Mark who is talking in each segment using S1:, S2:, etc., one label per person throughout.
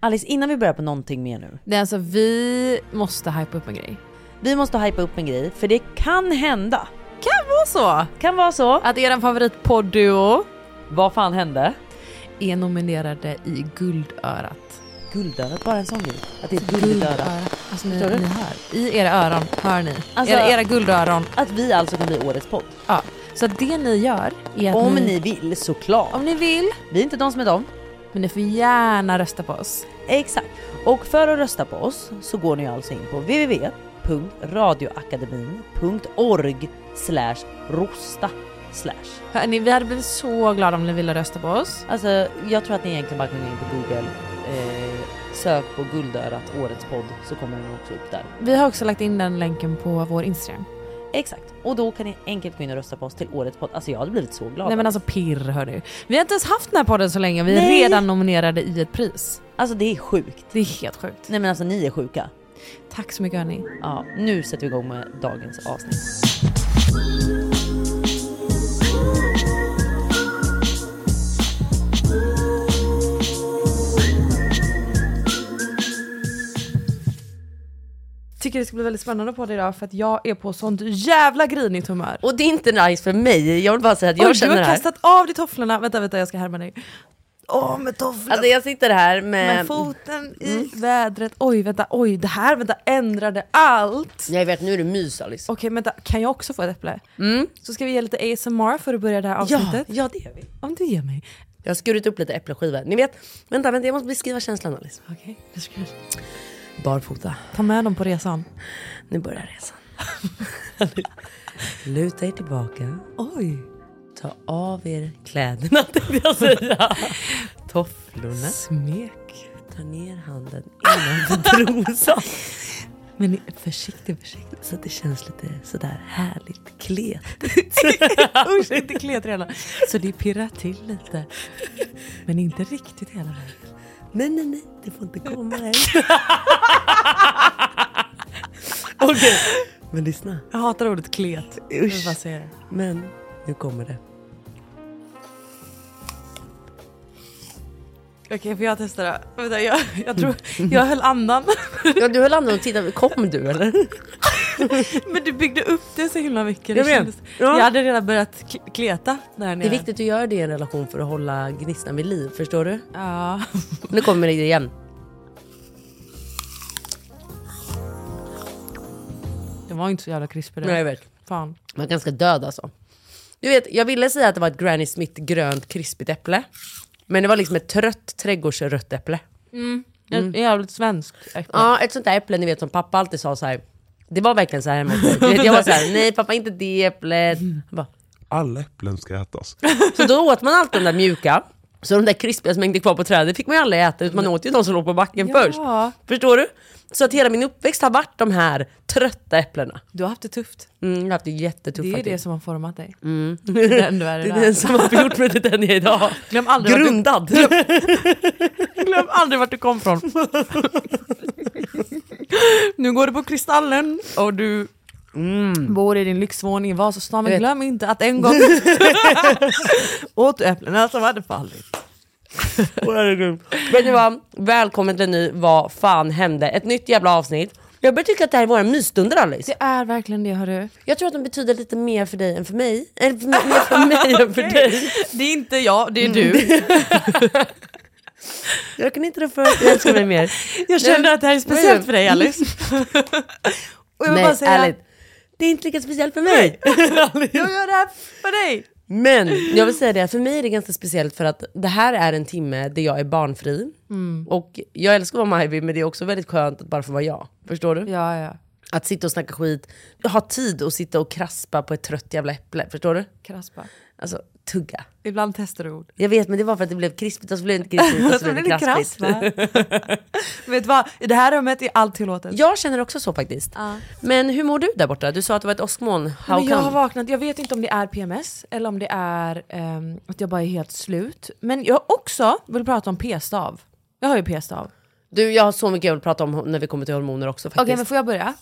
S1: Alice, innan vi börjar på någonting mer nu.
S2: Det är alltså, vi måste hypa upp en grej.
S1: Vi måste hypa upp en grej, för det kan hända.
S2: Kan vara så!
S1: Kan vara så.
S2: Att eran favoritpodd-duo
S1: Vad fan hände?
S2: är nominerade i Guldörat.
S1: Guldörat, bara en sån grej. Att det är ett guldöra.
S2: Alltså ni,
S1: Förstår du?
S2: ni hör. I era öron hör ni.
S1: Alltså-
S2: era, era guldöron.
S1: Att vi alltså kan bli årets podd.
S2: Ja. Så att det ni gör är att
S1: Om ni vill såklart.
S2: om ni vill,
S1: Vi är inte de som är de.
S2: men ni får gärna rösta på oss.
S1: Exakt. Och för att rösta på oss så går ni alltså in på www.radioakademin.org slash rosta slash.
S2: Hörni, vi hade blivit så glada om ni ville rösta på oss.
S1: Alltså jag tror att ni egentligen bara kan gå in på google, eh, sök på guldörat årets podd så kommer den också upp där.
S2: Vi har också lagt in den länken på vår Instagram.
S1: Exakt. Och då kan ni enkelt gå in och rösta på oss till årets podd. Alltså jag hade blivit så glad.
S2: Nej men
S1: alltså,
S2: alltså pirr hörru. Vi har inte ens haft den här podden så länge, vi är
S1: Nej.
S2: redan nominerade i ett pris.
S1: Alltså, det är sjukt.
S2: Det är helt sjukt.
S1: Nej men alltså ni är sjuka.
S2: Tack så mycket hörni.
S1: Ja, nu sätter vi igång med dagens avsnitt.
S2: Tycker det ska bli väldigt spännande på det idag för att jag är på sånt jävla grinigt humör.
S1: Och det är inte nice för mig. Jag vill bara säga att jag
S2: Oj,
S1: känner
S2: du
S1: det
S2: har
S1: här.
S2: kastat av dig tofflorna. Vänta, vänta jag ska härma dig. Åh med tofflorna.
S1: Alltså ehm, mm. jag sitter här
S2: med
S1: med...
S2: foten i vädret. Oj vänta, oj det här vänta ändrade allt.
S1: Jag vet, nu är det mys Alice.
S2: Okej vänta, kan jag också få ett äpple? Så ska vi ge lite ASMR för att börja det här
S1: Mm. Ja,
S2: avsnittet.
S1: ja det gör vi.
S2: Om du ger mig.
S1: Jag har skurit upp lite äppelskivor. Ni vet, vänta, vänta jag måste beskriva känslan Alice.
S2: Okej, varsågod.
S1: Barfota,
S2: Ta med dem på resan.
S1: nu börjar resan. Luta er tillbaka,
S2: Oj.
S1: ta av er kläderna tänkte jag säga. Tofflorna.
S2: Smek.
S1: Ta ner handen innanför trosan.
S2: Men försiktig, försiktig.
S1: Så att det känns lite sådär härligt kletigt.
S2: Usch, inte klet redan. Så det pirrar till lite. Men inte riktigt hela vägen.
S1: Nej, nej, nej, det får inte komma än. Okej, men lyssna.
S2: Jag hatar ordet klet.
S1: Usch.
S2: Vad säger det.
S1: Men nu kommer det.
S2: Okej, får jag testa det? Vänta, jag, jag tror... Jag höll andan.
S1: Ja, du höll andan och tittade. Kom du eller?
S2: Men du byggde upp det så himla mycket. Det
S1: Jag vet.
S2: kändes-
S1: Ja.
S2: jag hade redan börjat kl- kleta där nere.
S1: Det är viktigt att göra det i en relation för att hålla gnistan vid liv. Förstår du?
S2: Ja.
S1: Nu kommer det igen.
S2: Det var inte så jävla krispig.
S1: Nej, jag vet.
S2: Fan.
S1: Man är ganska död alltså. Du vet, jag ville säga att det var ett Granny Smith grönt krispigt äpple. Men det var liksom ett trött trädgårdsrött äpple.
S2: Mm. Jävligt svensk.
S1: Ja, ett sånt där äpple ni vet som pappa alltid sa så här. Det var verkligen så här hemma hos mig. Du vet, Jag var så här, nej pappa inte det äpplet. Han bara,
S3: Alla äpplen ska ätas.
S1: Så då åt man alltid de där mjuka. Så de där krispiga som hängde kvar på trädet fick man ju aldrig äta, utan man åt ju de som låg på backen
S2: Ja.
S1: först. Förstår du? Så att hela min uppväxt har varit de här trötta äpplena.
S2: Du har haft det tufft.
S1: Mm, jag har haft det jättetufft
S2: Det är
S1: faktiskt.
S2: det som har format dig. Det är den du är
S1: det är
S2: idag.
S1: den som har gjort mig till den jag är idag.
S2: Glöm aldrig, vart du,
S1: Grundad.
S2: glöm aldrig vart du kom från. nu går du på Kristallen och du bor i din lyxvåning i Vasastan. Men
S1: Jag vet.
S2: glöm inte att en gång åt du äpplena som hade fallit.
S1: Vet ni vad? Välkommen till en ny Vad fan hände? Ett nytt jävla avsnitt. Jag börjar tycka att det här är våra mysstunder Alice.
S2: Det är verkligen det hörru.
S1: Jag tror att de betyder lite mer för dig än för mig. Eller för mig, mer för mig än för dig.
S2: Det är inte jag, det är du.
S1: Jag kan inte det för jag älskar dig mer.
S2: Jag känner att det här är speciellt för dig Alice. Mm. och jag vill
S1: Nej,
S2: bara säga,
S1: ärligt. Det är inte lika speciellt för mig.
S2: jag gör det här för dig.
S1: Men jag vill säga det, för mig är det ganska speciellt för att det här är en timme där jag är barnfri.
S2: Mm.
S1: Och jag älskar att vara Majvi, men det är också väldigt skönt att bara få vara jag. Förstår du?
S2: Ja, ja.
S1: Att sitta och snacka skit, ha tid att sitta och kraspa på ett trött jävla äpple. Förstår du?
S2: Kraspa.
S1: Alltså, tugga.
S2: Ibland testar du ord.
S1: Jag vet, men det var för att det blev krispigt och så blev det inte krispigt och så
S2: Så
S1: blev Alltså, det
S2: blir Alltså, det
S1: kraspigt.
S2: krass va? Vet du vad, i det här rummet är allt tillåtet.
S1: Jag känner också så faktiskt. Men hur mår du där borta? Du sa att det var ett åskmoln. How
S2: Men jag
S1: come?
S2: har vaknat, jag vet inte om det är PMS eller om det är ehm, att jag bara är helt slut. Men jag också vill prata om p-stav. Jag har ju p-stav.
S1: Du, jag har så mycket jag vill prata om när vi kommer till hormoner också faktiskt.
S2: Okej men får jag börja?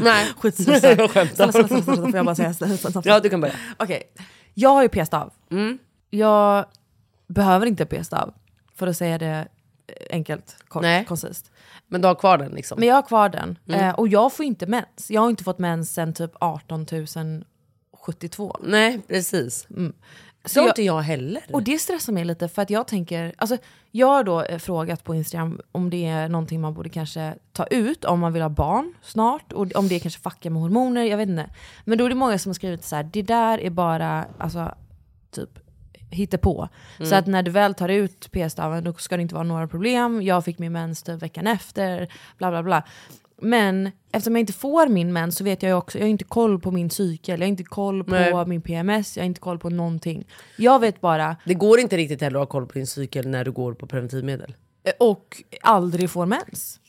S1: Nej,
S2: Skitsamma.
S1: Jag skämtar.
S2: Snälla, snälla, snälla, snälla, får jag bara säga snälla, snälla, snälla.
S1: Ja, Mm. du kan börja.
S2: Okej, jag har ju p-stav. Jag behöver inte p-stav, för att säga det eh, enkelt, kort,
S1: Nej.
S2: koncist.
S1: Men du har kvar den liksom?
S2: Men jag har kvar den. Eh, och jag får inte mens. Jag har inte fått mens sen typ 18 072.
S1: Nej, precis.
S2: Så
S1: Så
S2: jag,
S1: inte jag heller.
S2: och det stressar mig lite för att jag tänker, alltså jag har då eh, frågat på Instagram om det är någonting man borde kanske ta ut om man vill ha barn snart och om det kanske fuckar med hormoner, jag vet inte. Men då är det många som har skrivit så här, det där är bara alltså typ hittepå. Så att när du väl tar ut p-staven då ska det inte vara några problem, jag fick min mens typ veckan efter, bla bla bla. Men eftersom jag inte får min mens så vet jag ju också, jag har inte koll på min cykel, jag har inte koll på
S1: Nej.
S2: min PMS, jag har inte koll på någonting. Jag vet bara,
S1: Det går inte riktigt heller att ha koll på din cykel när du går på preventivmedel.
S2: eh, och aldrig får mens.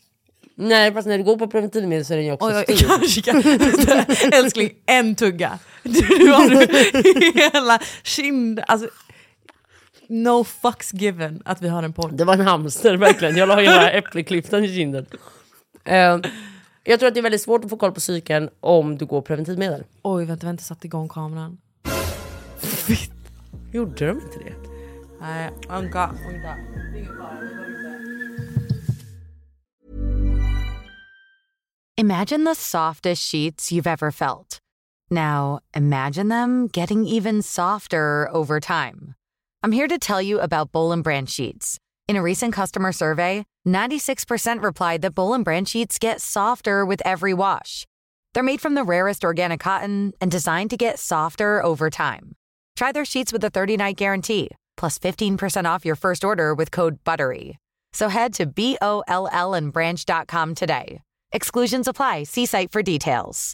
S1: Nej, fast när du går på preventivmedel så är den ju också
S2: Och jag
S1: styrd.
S2: kanske kan, älskling, en tugga. Du du har du- hela kind, alltså no fucks given att vi har en podd.
S1: Det var en hamster verkligen. Jag la hela äppelklyftan i kinden. Eh, jag tror att det är väldigt svårt att få koll på cykeln om du går preventivmedel.
S2: Oj vänta, vänta, satte igång kameran.
S1: Gjorde de inte det?
S2: Nej, anka, anka.
S4: Imagine the softest sheets you've ever felt. Now, imagine them getting even softer over time. I'm here to tell you about Boll and Branch sheets. In a recent customer survey, 96% replied that Boll and Branch sheets get softer with every wash. They're made from the rarest organic cotton and designed to get softer over time. Try their sheets with a 30-night guarantee, plus 15% off your first order with code BUTTERY. So head to B-O-L-L and branch.com today. Exclusions apply. See site for details.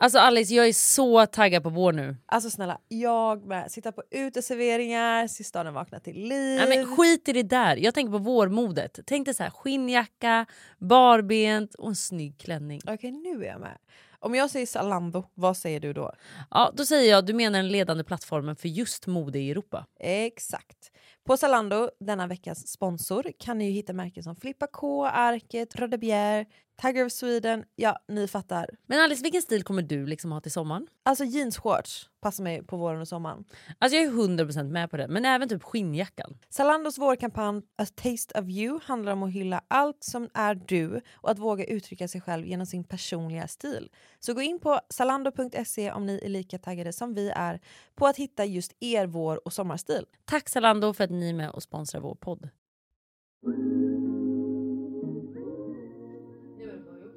S5: Alltså Alice, jag är så taggad på vår nu.
S6: Alltså snälla, jag med. Sitta på uteserveringar, sista dagen vakna till liv.
S5: Nej, men skit i det där. Jag tänker på vårmodet. Tänk dig så här, skinnjacka, barbent och en snygg klänning.
S6: Okej, nu är jag med. Om jag säger Zalando, vad säger du då?
S5: Ja, då säger jag du menar den ledande plattformen för just mode i Europa.
S6: Exakt. På Zalando, denna veckas sponsor, kan ni ju hitta märken som Flippa K, Arket, Röda Bjer, Tiger of Sweden. Ja, ni fattar.
S5: Men Alice, vilken stil kommer du liksom ha till sommaren?
S6: Alltså jeansshorts passar mig på våren och sommaren.
S5: Alltså jag är 100% med på det, men även typ skinnjackan.
S6: Zalandos vårkampanj A Taste of You handlar om att hylla allt som är du och att våga uttrycka sig själv genom sin personliga stil. Så gå in på zalando.se om ni är lika taggade som vi är på att hitta just er vår och sommarstil.
S5: Tack Zalando för att ni är med och sponsrar vår podd.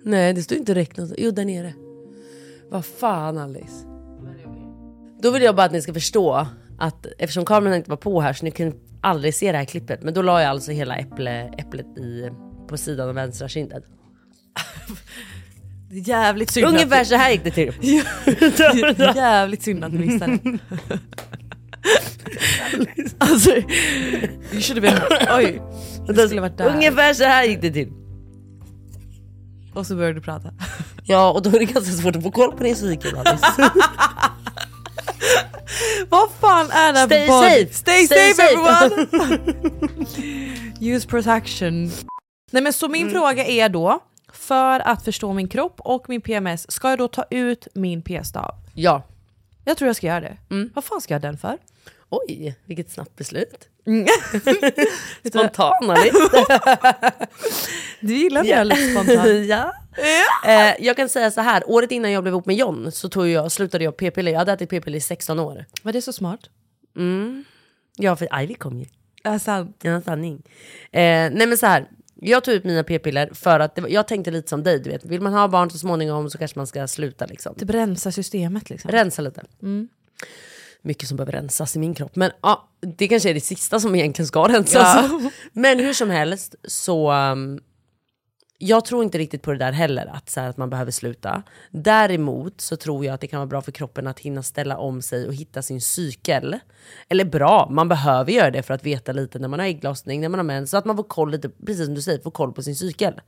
S1: Nej, det står inte räknat. någonstans. Jo, där nere. Vad fan, Alice. Då vill jag bara att ni ska förstå att eftersom kameran inte var på här så ni kunde aldrig se det här klippet. Men då la jag alltså hela äpple, äpplet i, på sidan av vänstra kinden.
S2: Det är jävligt synd
S1: Ungefär så här gick det till.
S2: att, det är jävligt synd att ni missade det. alltså, you should have been, oj. Det skulle varit där.
S1: Ungefär så här gick det till.
S2: Och så började du prata.
S1: Ja, och då är det ganska svårt att få koll på din cykel, Alice.
S2: Vad fan är det här
S1: Stay
S2: för podd?
S1: safe.
S2: Stay,
S1: Stay
S2: safe
S1: safe.
S2: everyone! Use protection. Nej men så min fråga är då, för att förstå min kropp och min PMS, ska jag då ta ut min p-stav?
S1: Ja.
S2: Jag tror jag ska göra det. Vad fan ska jag ha den för?
S1: Oj, vilket snabbt beslut.
S2: Vet du vad?
S1: Spontan, Alice.
S2: Du gillar när jag är lite spontan.
S1: ja. Eh, jag kan säga så här, året innan jag blev ihop med John så tog jag, slutade jag p-piller. Jag hade ätit p-piller i 16 år. Mm.
S2: Var det så smart?
S1: Ja, för Ivy kom ju.
S2: Ja, sant.
S1: Det är en sanning. Eh, nej men så här, jag tog ut mina p-piller för att det var, jag tänkte lite som dig, du vet. Vill man ha barn så småningom så kanske man ska sluta liksom.
S2: Typ rensa systemet liksom.
S1: Rensa lite. Mycket som behöver rensas i min kropp. Men ja, det kanske är det sista som egentligen ska rensas. Men hur som helst så... um, jag tror inte riktigt på det där heller, att, så här, att man behöver sluta. Däremot så tror jag att det kan vara bra för kroppen att hinna ställa om sig och hitta sin cykel. Eller bra, man behöver göra det för att veta lite när man har ägglossning, när man har mens, så att man får koll lite, precis som du säger, får koll på sin cykel.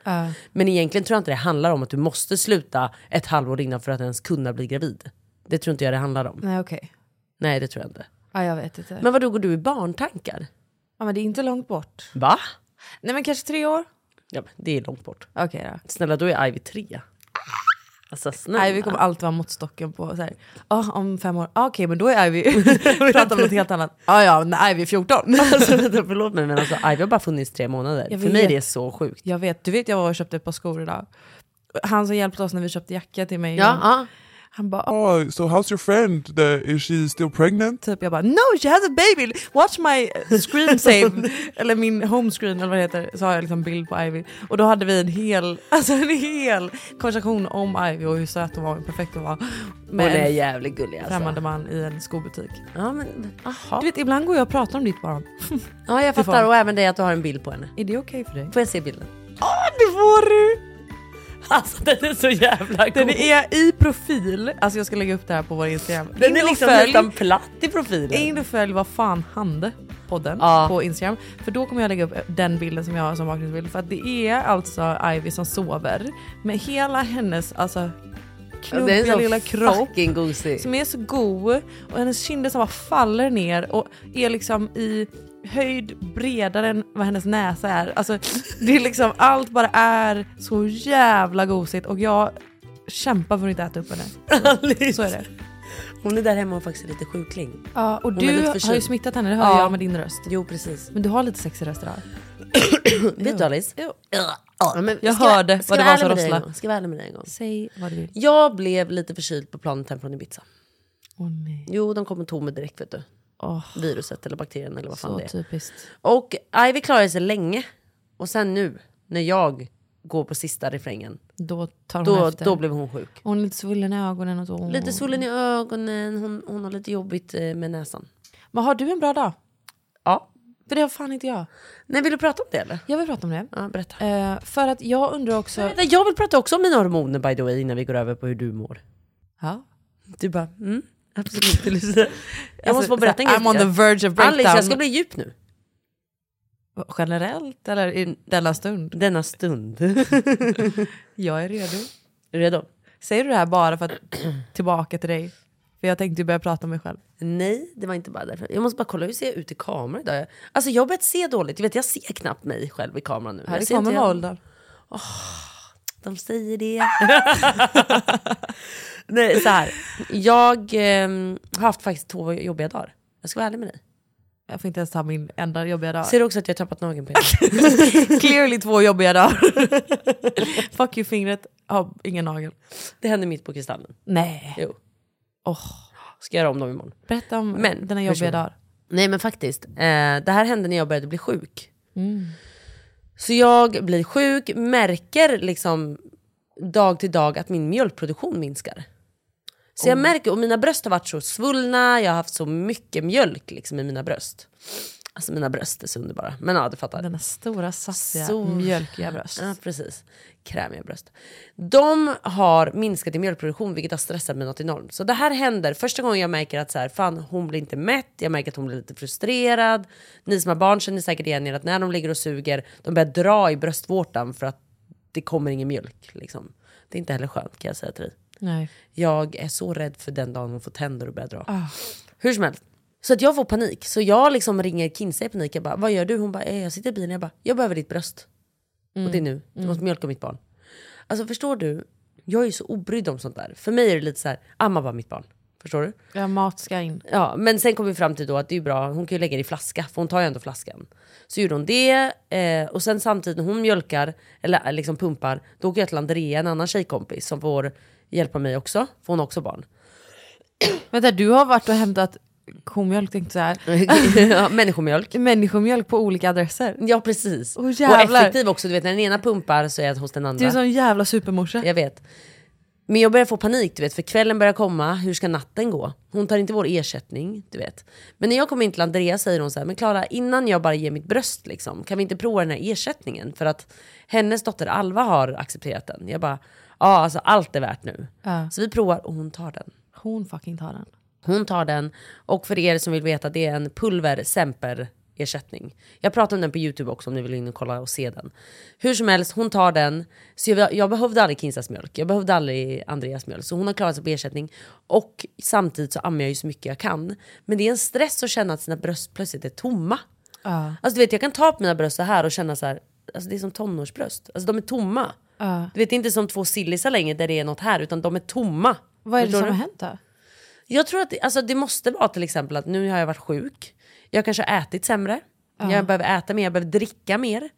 S1: Men egentligen tror jag inte det handlar om att du måste sluta ett halvår innan för att ens kunna bli gravid. Det tror inte jag det handlar om.
S2: Nej okej.
S1: Nej, det tror jag inte.
S2: Ja, jag vet inte. Men,
S1: Men vad då går du i barntankar?
S2: ja, men det är inte långt bort.
S1: Va?
S2: Nej men kanske tre år?
S1: Ja, men det är långt bort.
S2: Okej då.
S1: Snälla, då är Ivy tre. Alltså snälla.
S2: Ivy kommer alltid vara måttstocken på så här, "Ah, om fem år, ah, okej men då är Ivy, pratar om något helt annat. Ah, ja, när Ivy är 14.
S1: Alltså, vänta, förlåt mig men alltså Ivy har bara funnits tre månader.
S2: Jag
S1: För mig är
S2: vet.
S1: det så sjukt.
S2: jag vet, du vet jag var och köpte ett par skor idag. Han som hjälpte oss när vi köpte jacka till mig,
S1: ja.
S2: han bara "Ah,
S3: Oh, so how's your friend? The, is she still pregnant?
S2: typ, jag bara no she has a baby, watch my screen save, eller min home screen eller vad det heter, så har jag liksom bild på Ivy. Och då hade vi en hel, alltså en hel konversation om Ivy och hur söt hon var och hur perfekt hon var.
S1: Hon
S2: Med
S1: är
S2: en
S1: jävligt gullig alltså.
S2: främmande man i en skobutik.
S1: Ja, men, aha.
S2: Du vet ibland går jag och pratar om ditt barn,
S1: ja, jag
S2: du får-
S1: fattar. Och även det att du har en bild på henne.
S2: är det okej för dig?
S1: Får jag se bilden?
S2: Det får du!
S1: Alltså den är så jävla god.
S2: Den är i profil. Alltså jag ska lägga upp det här på vår Instagram.
S1: den
S2: In
S1: är
S2: och
S1: liksom
S2: följ.
S1: nästan platt i profilen.
S2: In och följ vad fan hände podden
S1: Ja.
S2: på Instagram. För då kommer jag lägga upp eh, den bilden som jag har som bakgrundsbild. För att det är alltså Ivy som sover med hela hennes alltså
S1: Alltså, den
S2: knubbiga
S1: är så
S2: lilla kropp.
S1: fucking gosig.
S2: Som är så god och hennes kinder som bara faller ner och är liksom i höjd bredare än vad hennes näsa är. Alltså det är liksom allt bara är så jävla gosigt och jag kämpar för att inte äta upp henne.
S1: Alice.
S2: Så är det.
S1: Hon är där hemma och faktiskt är lite sjukling.
S2: Ja, och
S1: är
S2: du
S1: lite
S2: har ju
S1: förkyld.
S2: smittat henne, det hör
S1: Ja.
S2: jag med din röst.
S1: Jo precis.
S2: Men du har lite sexig röst idag.
S1: Mm, Vet du Alice?
S2: Jo.
S1: Ja, men
S2: Jag
S1: ska-
S2: hörde
S1: ska
S2: vad det var
S1: jag vara
S2: som
S1: ärlig med dig en
S2: rosslade.
S1: gång? Ska jag vara ärlig med dig en gång?
S2: Säg vad du vill.
S1: Jag blev lite förkyld på planet hem från Ibiza.
S2: Åh nej.
S1: Jo, de kom och tog mig direkt vet du.
S2: Åh,
S1: Viruset eller bakterien eller vad fan
S2: så typ.
S1: det är.
S2: typiskt.
S1: Och Ivy klarade sig länge. Och sen nu, när jag går på sista refrängen,
S2: Då tar hon
S1: då,
S2: efter.
S1: då blev hon sjuk.
S2: Hon är lite svullen i ögonen och så.
S1: Lite solen i ögonen, hon, hon har lite jobbigt eh, med näsan.
S2: Men har du en bra dag?
S1: Ja.
S2: För det har fan inte jag.
S1: Nej, vill du prata om det eller?
S2: Jag vill prata om det.
S1: Ja, berätta.
S2: Eh, för att jag undrar också...
S1: Vänta, Jag vill prata också om mina hormoner by the way, innan vi går över på hur du mår.
S2: Ja.
S1: Du bara, mm, absolut. Lucia. jag måste få
S2: Alltså,
S1: berätta en grej.
S2: I'm on the verge of breakdown.
S1: Alice, jag ska bli djup nu.
S2: Generellt eller i denna stund?
S1: Denna stund.
S2: Jag är redo.
S1: Redo?
S2: Säger du det här bara för att tillbaka till dig? För jag tänkte ju börja prata om mig själv.
S1: Nej, det var inte bara därför. Jag måste bara kolla hur ser jag ut i kameran idag? Alltså jag har börjat se dåligt. Jag, vet, jag ser knappt mig själv i kameran nu.
S2: Här
S1: jag
S2: det
S1: ser
S2: kommer
S1: inte-
S2: med åldern.
S1: De säger det. Nej, så här. Jag ehm, har haft faktiskt två jobbiga dagar. Jag ska vara ärlig med dig.
S2: Jag får inte ens ta min enda jobbiga dag.
S1: Ser du också att jag har tappat nageln på er?
S2: Clearly två jobbiga dagar. Fuck you fingret, har ingen nagel.
S1: Det hände mitt på Kristallen.
S2: Nej.
S1: Jo.
S2: Oh.
S1: Ska göra om dem imorgon.
S2: Berätta om
S1: Men,
S2: dina
S1: hur känner
S2: jobbiga
S1: du?
S2: dagar.
S1: Nej men faktiskt. Eh, det här hände när jag började bli sjuk. Så jag blir sjuk, märker liksom dag till dag att min mjölkproduktion minskar. Så jag märker, och mina bröst har varit så svullna, jag har haft så mycket mjölk liksom i mina bröst. Alltså mina bröst är så underbara. Men ja, du fattar.
S2: Denna stora saftiga
S1: Stor-
S2: mjölkiga bröst.
S1: Ja, precis. Krämiga bröst. De har minskat i mjölkproduktion vilket har stressat mig något enormt. Så det här händer första gången jag märker att så här, fan, hon blir inte mätt, jag märker att hon blir lite frustrerad. Ni som har barn känner säkert igen er att när de ligger och suger, de börjar dra i bröstvårtan för att det kommer ingen mjölk. Liksom. Det är inte heller skönt kan jag säga till dig.
S2: Nej.
S1: Jag är så rädd för den dagen hon får tänder och börjar dra. Hur som helst. Så att jag får panik. Så jag liksom ringer Kinsa i panik. Jag bara, vad gör du? Hon bara, eh, jag sitter i bilen. Jag bara, jag behöver ditt bröst. Och det är nu. Du måste mjölka mitt barn. Alltså förstår du? Jag är ju så obrydd om sånt där. För mig är det lite så här, amma bara mitt barn. Förstår du?
S2: Ja, mat ska in.
S1: Ja, men sen kom vi fram till då att det är ju bra, hon kan ju lägga det i flaska, för hon tar ju ändå flaskan. Så gjorde hon det, eh, och sen samtidigt när hon mjölkar, eller eh, liksom pumpar, då åker jag till Andrea, en annan tjejkompis, som får hjälpa mig också, för hon har också barn.
S2: Vänta, du har varit och hämtat komjölk, tänkte jag säga.
S1: Ja, Människomjölk.
S2: Människomjölk på olika adresser.
S1: Ja, precis.
S2: Åh,
S1: och
S2: jävlar.
S1: effektiv också, du vet när den ena pumpar så är jag hos den andra.
S2: Du är som en jävla supermorsa.
S1: Jag vet. Men jag börjar få panik, du vet, för kvällen börjar komma, hur ska natten gå? Hon tar inte vår ersättning, du vet. Men när jag kommer in till Andrea säger hon så här, men Klara, innan jag bara ger mitt bröst, liksom, kan vi inte prova den här ersättningen? För att hennes dotter Alva har accepterat den. Jag bara, ja, alltså allt är värt nu.
S2: Ja.
S1: Så vi provar och hon tar den.
S2: Hon fucking tar den.
S1: Hon tar den. Och för er som vill veta, det är en pulver semper ersättning. Jag pratar om den på Youtube också om ni vill in och kolla och se den. Hur som helst, hon tar den. Så jag, jag behövde aldrig Kinsas mjölk, jag behövde aldrig Andreas mjölk. Så hon har klarat sig på ersättning. Och samtidigt så ammar jag ju så mycket jag kan. Men det är en stress att känna att sina bröst plötsligt är tomma. Alltså du vet, jag kan ta på mina bröst så här och känna så här, alltså det är som tonårsbröst. Alltså de är tomma. Du vet, det är inte som två sillisar längre där det är något här, utan de är tomma.
S2: Vad är det
S1: Förstår
S2: som
S1: du?
S2: har hänt då?
S1: Jag tror att det, alltså det måste vara till exempel att nu har jag varit sjuk. Jag kanske har ätit sämre. Jag behöver äta mer, jag behöver dricka mer.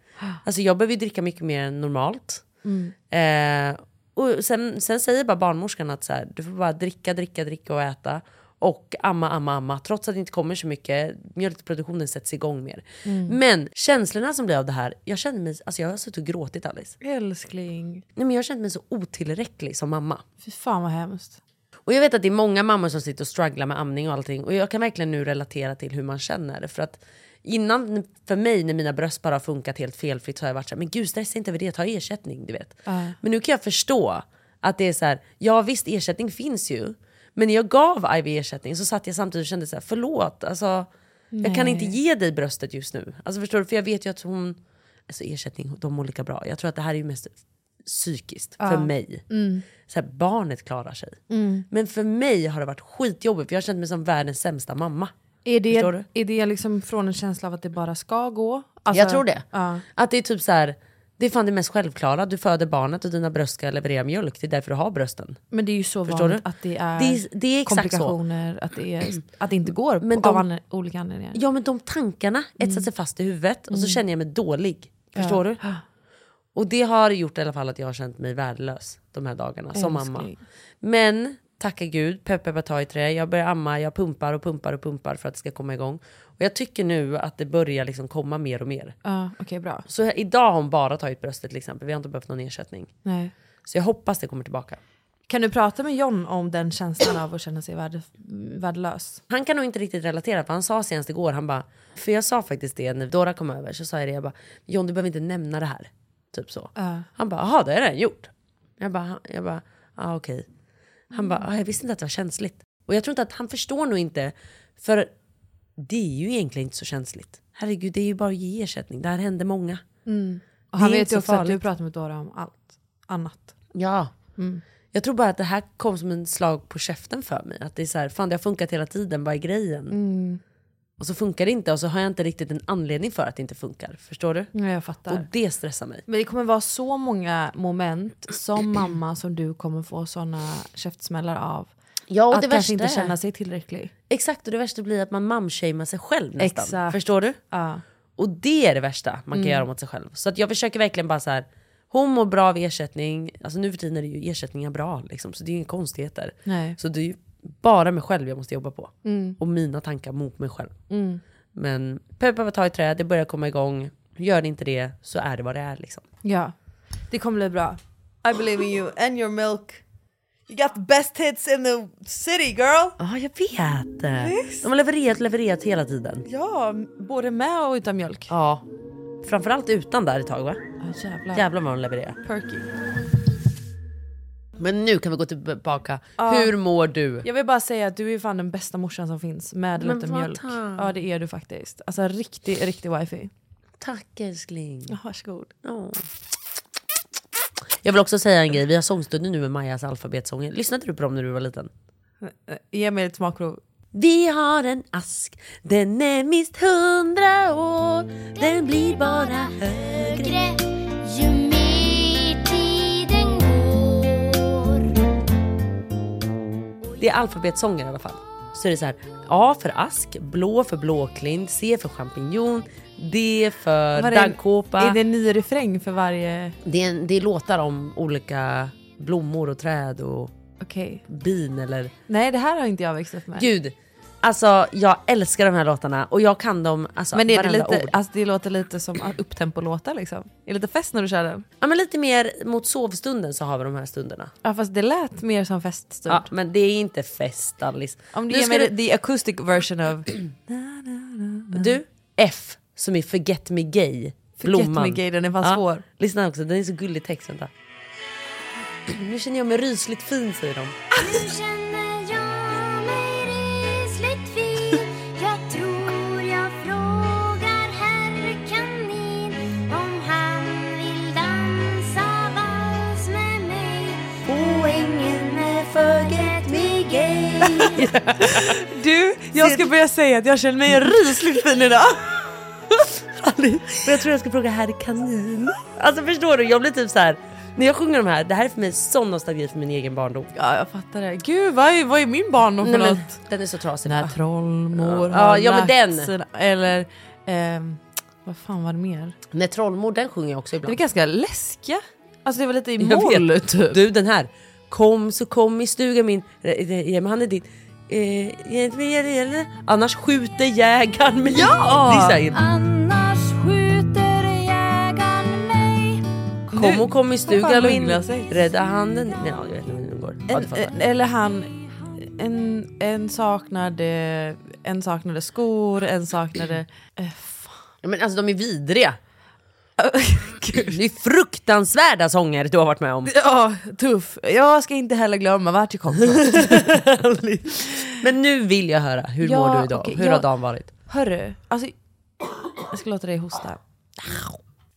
S1: Alltså jag behöver ju dricka mycket mer än normalt. Eh, och sen, sen säger bara barnmorskan att så här, du får bara dricka, dricka, dricka och äta. Och amma, amma, amma. Trots att det inte kommer så mycket, mjölkproduktionen sätts igång mer. Men känslorna som blir av det här, jag känner mig, alltså jag har suttit och gråtit Alice.
S2: Älskling.
S1: Nej, men jag har känt mig så otillräcklig som mamma.
S2: Fy fan vad hemskt.
S1: Och jag vet att det är många mammor som sitter och strugglar med amning och allting. Och jag kan verkligen nu relatera till hur man känner. För att innan, för mig när mina bröst bara har funkat helt felfritt så har jag varit såhär, men gud stressa inte över det, ta ersättning. Du vet. Men nu kan jag förstå att det är så här, ja visst ersättning finns ju. Men när jag gav Ivy ersättning så satt jag samtidigt och kände så här, förlåt, alltså, jag kan inte ge dig bröstet just nu. Alltså förstår du, för jag vet ju att hon, alltså ersättning, de mår lika bra. Jag tror att det här är ju mest psykiskt för mig. Så här, barnet klarar sig. Men för mig har det varit skitjobbigt för jag har känt mig som världens sämsta mamma.
S2: Är
S1: Förstår du?
S2: det, är det liksom från en känsla av att det bara ska gå? Alltså-
S1: jag tror det.
S2: Ja.
S1: Att det är typ så här, det är fan det mest självklara. Du föder barnet och dina bröst ska leverera mjölk. Det är därför du har brösten.
S2: Men det är ju så
S1: Förstår
S2: vanligt
S1: du?
S2: att det är,
S1: Det är- det är exakt så.
S2: komplikationer, att det, är, att det inte går
S1: Men
S2: av
S1: de-
S2: anle- olika anledningar.
S1: Ja men de tankarna etsar sig fast i huvudet och så känner jag mig dålig. Förstår du? Och det har gjort i alla fall att jag har känt mig värdelös de här dagarna som mamma.
S2: Älskling.
S1: Men tacka gud, pepp peppar ta i trä. Jag börjar amma, jag pumpar och pumpar och pumpar för att det ska komma igång. Och jag tycker nu att det börjar liksom komma mer och mer.
S2: Ja, Okej, bra.
S1: Så här- idag har hon bara tagit bröstet till exempel, vi har inte behövt någon ersättning.
S2: Nej.
S1: Så jag hoppas det kommer tillbaka.
S2: Kan du prata med John om den känslan av att känna sig värde, värdelös?
S1: Han kan nog inte riktigt relatera för han sa senast igår, han bara, för jag sa faktiskt det när Dora kom över, så sa jag det, jag bara, John du behöver inte nämna det här. Typ så. Han bara, jaha det har jag redan gjort. Jag bara, jag bara, ah, okej. Han bara, ah, jag visste inte att det var känsligt. Och jag tror inte att han förstår nog inte, för det är ju egentligen inte så känsligt. Herregud, det är ju bara att ge ersättning, det här hände många.
S2: Och
S1: Det
S2: han
S1: är
S2: vet ju
S1: inte så
S2: också att du
S1: farligt.
S2: pratar med Dora om allt annat.
S1: Ja.
S2: Mm.
S1: Jag tror bara att det här kom som en slag på käften för mig. Att det är så här, fan det har funkat hela tiden, vad är grejen?
S2: Mm.
S1: Och så funkar det inte och så har jag inte riktigt en anledning för att det inte funkar. Förstår du?
S2: Ja, jag fattar.
S1: Och det stressar mig.
S2: Men det kommer vara så många moment som mamma som du kommer få såna käftsmällar av.
S1: Ja,
S2: att kanske inte känna sig tillräcklig.
S1: Exakt, och det värsta blir att man momshamear sig själv nästan.
S2: Exakt.
S1: Förstår du?
S2: Ja. Mm.
S1: Och det är det värsta man kan göra mot sig själv. Så att jag försöker verkligen bara så här, hon mår bra av ersättning. Alltså nu för tiden är det ju ersättningar bra liksom, så det är ju inga konstigheter.
S2: Nej.
S1: Så det är ju bara mig själv jag måste jobba på. Och mina tankar mot mig själv. Men peppa vad ta i trä, det börjar komma igång. Gör det inte det så är det vad det är liksom.
S2: Ja. Det kommer bli bra.
S6: I believe in you and your milk. You got the best hits in the city girl!
S1: Ja, jag vet. De har levererat, levererat hela tiden.
S2: Ja, både med och utan mjölk.
S1: Ja. Framförallt utan där ett tag va?
S2: Ja, jävlar.
S1: Jävlar vad de levererar.
S2: Perky.
S1: Men nu kan vi gå tillbaka. Hur mår du?
S2: Jag vill bara säga att du är fan den bästa morsan som finns med eller
S1: Men
S2: utan
S1: vad
S2: mjölk.
S1: tack.
S2: Ja det är du faktiskt. Alltså riktig, riktig wifi.
S1: Tack älskling.
S2: Ja, varsågod.
S1: Åh. Jag vill också säga en grej. Vi har sångstunder nu med Majas alfabetsånger. Lyssnade du på dem när du var liten?
S2: Ge mig ett smakprov.
S1: Vi har en ask, den är minst hundra år. Den blir bara högre.
S7: Ju mer tiden går
S1: Det är alfabetsånger i alla fall. Så är det så här, A för ask, blå för blåklint, C för champinjon, D för
S2: Var det-
S1: daggkåpa.
S2: Är det en ny refräng för varje...
S1: Det, är en- det är låtar om olika blommor och träd och
S2: Okej.
S1: bin eller...
S2: Nej det här har inte jag växt upp med.
S1: Gud! Alltså jag älskar de här låtarna och jag kan dem, alltså
S2: Men är det,
S1: varenda
S2: lite,
S1: ord.
S2: alltså det låter lite som upptempo-låtar liksom. Är det lite fest när du kör den?
S1: Ja men lite mer mot sovstunden så har vi de här stunderna.
S2: Ja fast det lät mer som feststund.
S1: Ja, men det är inte fest Alice.
S2: Om
S1: Nu
S2: du ger
S1: ska
S2: mig
S1: du-
S2: the acoustic version of
S1: Du, F som är Forget Me Gay.
S2: Blomman.
S1: blomman.
S2: Mm. Me Gay, den är fan
S1: Ja,
S2: svår.
S1: Lyssna också, den är så gullig text. Vänta. Nu känner jag mig rysligt fin säger de.
S7: Nu känner jag mig rysligt fin Jag tror jag frågar herr kanin om han vill dansa vals med mig Poängen med Forget Me Gay
S2: Du, jag ska börja säga att jag känner mig rysligt fin idag.
S1: Och jag tror jag ska fråga här kanin. Alltså förstår du, jag blir typ så här. när jag sjunger de här, det här är för mig sån nostalgi för min egen barndom.
S2: Ja jag fattar det. Gud vad är, vad är min barndom för
S1: Nej, men,
S2: något?
S1: den är så trasig.
S2: När trollmor
S1: Ja. Ja, ja, men
S2: lagt
S1: den.
S2: sina- Eller ehm, vad fan var det mer?
S1: När trollmor, den sjunger jag också
S2: Det var
S1: ibland.
S2: ganska läskiga. Alltså det var lite i
S1: Jag vet.
S2: moll typ.
S1: Du den här. Kom så kom i stugan min, eh, eh, ge mig handen din. Eh, ge mig handen din. Annars skjuter jägaren mig.
S2: Ja!
S1: Det är så här,
S7: Annars skjuter jägaren mig
S2: Ah,
S1: kom och kom
S2: fan
S1: i stugan min.
S2: lugna sig.
S1: Rädda handen. Ja, jag vet inte hur den går. Ja,
S2: En,
S1: du fattar.
S2: en, eller han, en, en, saknade, en saknade skor, en saknade... Eh, fan.
S1: Ja, Men alltså de är vidriga. Det är fruktansvärda sånger du har varit med om.
S2: Ja, tuff. Jag ska inte heller glömma vart jag kom ifrån.
S1: Men nu vill jag höra, hur
S2: Ja,
S1: mår du idag?
S2: okej,
S1: hur har
S2: jag-
S1: dagen varit?
S2: Hörru, alltså... Jag ska låta dig hosta.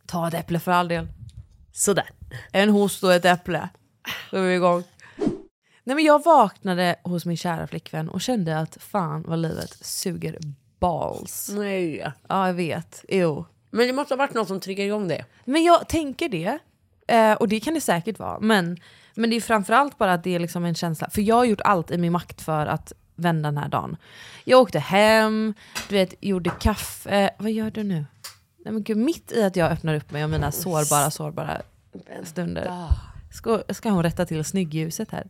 S2: Ta ett äpple för all del.
S1: Sådär.
S2: En host och ett äpple. Då är vi igång. Nej, men jag vaknade hos min kära flickvän och kände att fan vad livet suger balls.
S1: Nej.
S2: Ja, jag vet. Jo.
S1: Men det måste ha varit någon som triggade igång det.
S2: Men jag tänker det. Eh, och det kan det säkert vara. Men, men det är framförallt bara att det är liksom en känsla. För jag har gjort allt i min makt för att vända den här dagen. Jag åkte hem, du vet, gjorde kaffe. Eh, vad gör du nu? Nej, men gud, mitt i att jag öppnar upp mig och mina sårbara, sårbara stunder. Ska, ska hon rätta till snyggljuset här?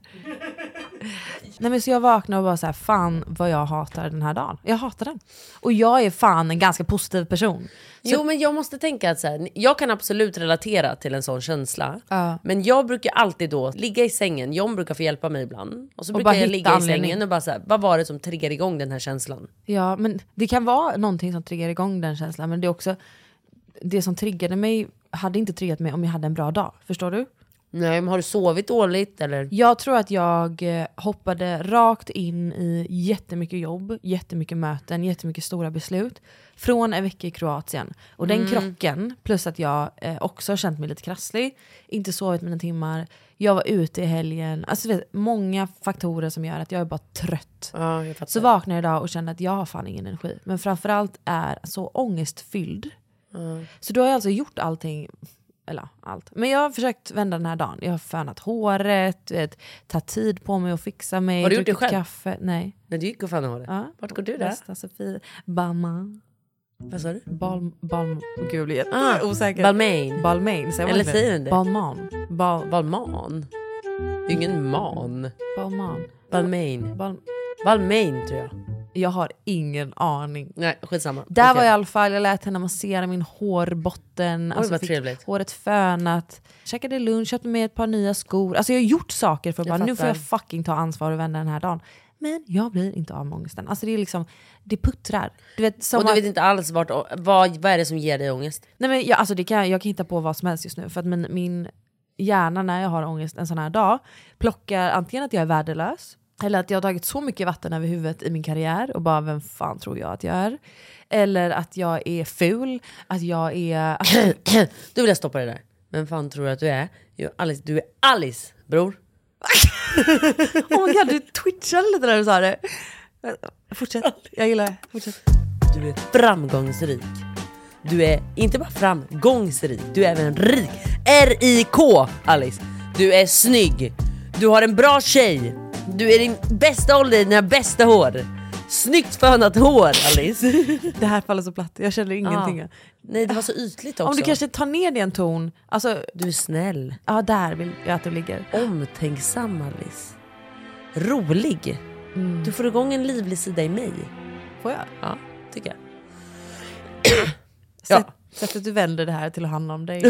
S2: Nej, men så jag vaknade och bara så här, fan vad jag hatar den här dagen. Jag hatar den. Och jag är fan en ganska positiv person.
S1: Jo men jag måste tänka att så här, jag kan absolut relatera till en sån känsla.
S2: Ja.
S1: Men jag brukar alltid då ligga i sängen, John brukar få hjälpa mig ibland. Och så brukar
S2: bara
S1: jag
S2: hitta
S1: ligga i
S2: anledning.
S1: sängen och bara så här, vad var det som triggade igång den här känslan?
S2: Ja, men det kan vara någonting som triggar igång den känslan. Men det är också, det som triggade mig hade inte triggat mig om jag hade en bra dag. Förstår du?
S1: Nej men har du sovit dåligt eller?
S2: Jag tror att jag eh, hoppade rakt in i jättemycket jobb, jättemycket möten, jättemycket stora beslut. Från en vecka i Kroatien. Och den krocken, plus att jag eh, också har känt mig lite krasslig, inte sovit mina timmar, jag var ute i helgen. Alltså du vet, många faktorer som gör att jag är bara trött.
S1: Ja jag
S2: Så vaknar jag idag och känner att jag har fan ingen energi. Men framförallt är så ångestfylld. Så då har jag alltså gjort allting, eller ja, allt. Men jag har försökt vända den här dagen. Jag har fönat håret, du vet, tagit tid på mig och fixa mig.
S1: Har du gjort det
S2: druckit
S1: själv?
S2: Kaffe. Nej.
S1: Nej du gick och fan har det.
S2: Ja.
S1: Vart går du då?
S2: Bästa Sofie. Balmain.
S1: Vad sa du?
S2: Balm... Balm... Gud, jag blir
S1: Ah,
S2: jätteosäker.
S1: Balmain.
S2: Balmain, säger man
S1: Eller
S2: inte.
S1: säger den det?
S2: Balmain. Bal...
S1: Balman? Det är ingen man.
S2: Balmain.
S1: Balmain.
S2: Bal...
S1: Balmain tror jag.
S2: Jag har ingen aning.
S1: Nej skitsamma.
S2: Där
S1: Okej.
S2: var jag i alla fall, jag lät henne massera min hårbotten. alltså
S1: Oj, vad trevligt.
S2: håret fönat, käkade lunch, köpte mig ett par nya skor. Alltså jag har gjort saker för att
S1: Jag
S2: bara, nu får
S1: fattar.
S2: jag fucking ta ansvar och vända den här dagen. Men jag blir inte av med ångesten. Alltså det är liksom, det puttrar. Du vet, som
S1: Och du
S2: att,
S1: vet inte alls vart, vad, vad är det som ger dig ångest?
S2: nej men jag, alltså det kan, jag kan hitta på vad som helst just nu. För att min, min hjärna när jag har ångest en sån här dag plockar antingen att jag är värdelös, eller att jag har tagit så mycket vatten över huvudet i min karriär och bara vem fan tror jag att jag är? Eller att jag är ful, att jag är... Att
S1: Du vill jag stoppa det där. Vem fan tror du att du är? Jo, Alice, du är Alice, bror.
S2: Oh my god, du twitchade lite när du sa det. Fortsätt, jag gillar det. Fortsätt.
S1: Du är framgångsrik. Du är inte bara framgångsrik, du är även rik. R-I-K, Alice. Du är snygg. Du har en bra tjej. Du är din bästa ålder, dina bästa hår. Snyggt fönat hår, Alice.
S2: Det här faller så platt, jag känner ingenting.
S1: Ja. Nej, det var så ytligt också.
S2: Om du kanske tar ner din ton, alltså,
S1: Du är snäll,
S2: ja där vill jag att du ligger.
S1: omtänksam, Alice. Rolig.
S2: Mm.
S1: Du får igång en livlig sida i mig.
S2: Får jag?
S1: Ja, tycker jag.
S2: Sätt,
S1: Ja.
S2: Sättet du vänder det här till att handla om dig.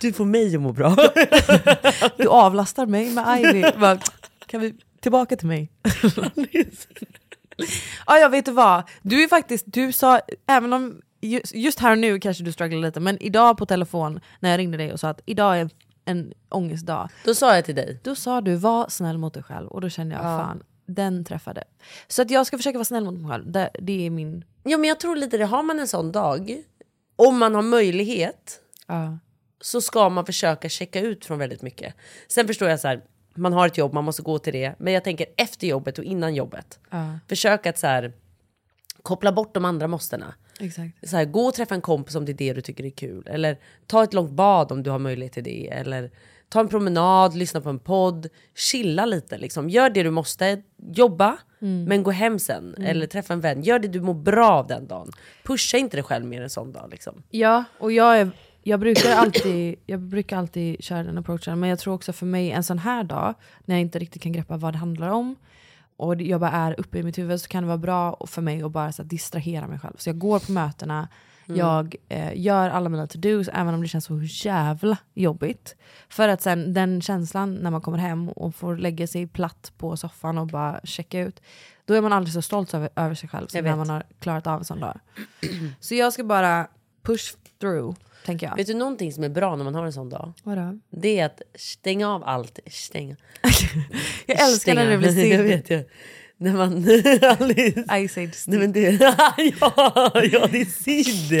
S1: Du får mig att må bra.
S2: Du avlastar mig med Ivy. Bara, kan vi tillbaka till mig? ja, jag vet du vad. Du är faktiskt, du sa, även om ju- just här och nu kanske du strugglar lite, men idag på telefon när jag ringde dig och sa att idag är en ångestdag.
S1: Då sa jag till dig.
S2: Då sa du var snäll mot dig själv och då kände jag fan, den träffade. Så att jag ska försöka vara snäll mot mig själv. Det, det är min...
S1: Ja, men jag tror lite det. Har man en sån dag, om man har möjlighet,
S2: Ja.
S1: så ska man försöka checka ut från väldigt mycket. Sen förstår jag så här, man har ett jobb, man måste gå till det. Men jag tänker efter jobbet och innan jobbet. Försök att så här, koppla bort de andra måstena.
S2: Exakt.
S1: Så här, gå och träffa en kompis om det är det du tycker är kul. Eller ta ett långt bad om du har möjlighet till det. Eller ta en promenad, lyssna på en podd. Chilla lite liksom. Gör det du måste. Jobba,
S2: Mm.
S1: men gå hem sen. Eller träffa en vän. Gör det du mår bra av den dagen. Pusha inte dig själv mer en sån dag liksom.
S2: Ja, och jag, är, jag, brukar alltid, jag brukar alltid köra den approachen. Men jag tror också för mig en sån här dag, när jag inte riktigt kan greppa vad det handlar om, och det- jag bara är uppe i mitt huvud, så kan det vara bra för mig att bara så här, distrahera mig själv. Så jag går på mötena,
S1: Mm.
S2: jag eh, gör alla mina to-dos, även om det känns så jävla jobbigt. För att sen den känslan när man kommer hem och får lägga sig platt på soffan och bara checka ut, då är man aldrig så stolt över, över sig själv som
S1: Jag
S2: när
S1: vet.
S2: man har klarat av en sån dag. Så jag ska bara push through, tänker jag.
S1: Vet du någonting som är bra när man har en sån dag?
S2: Vadå?
S1: Det är att stänga av allt. Stänga.
S2: Jag älskar när
S1: Stänga.
S2: du blir
S1: Jag
S2: singel.
S1: vet ju. När man... Alice.
S2: I said
S1: Nej men det... ja, ja, det är synd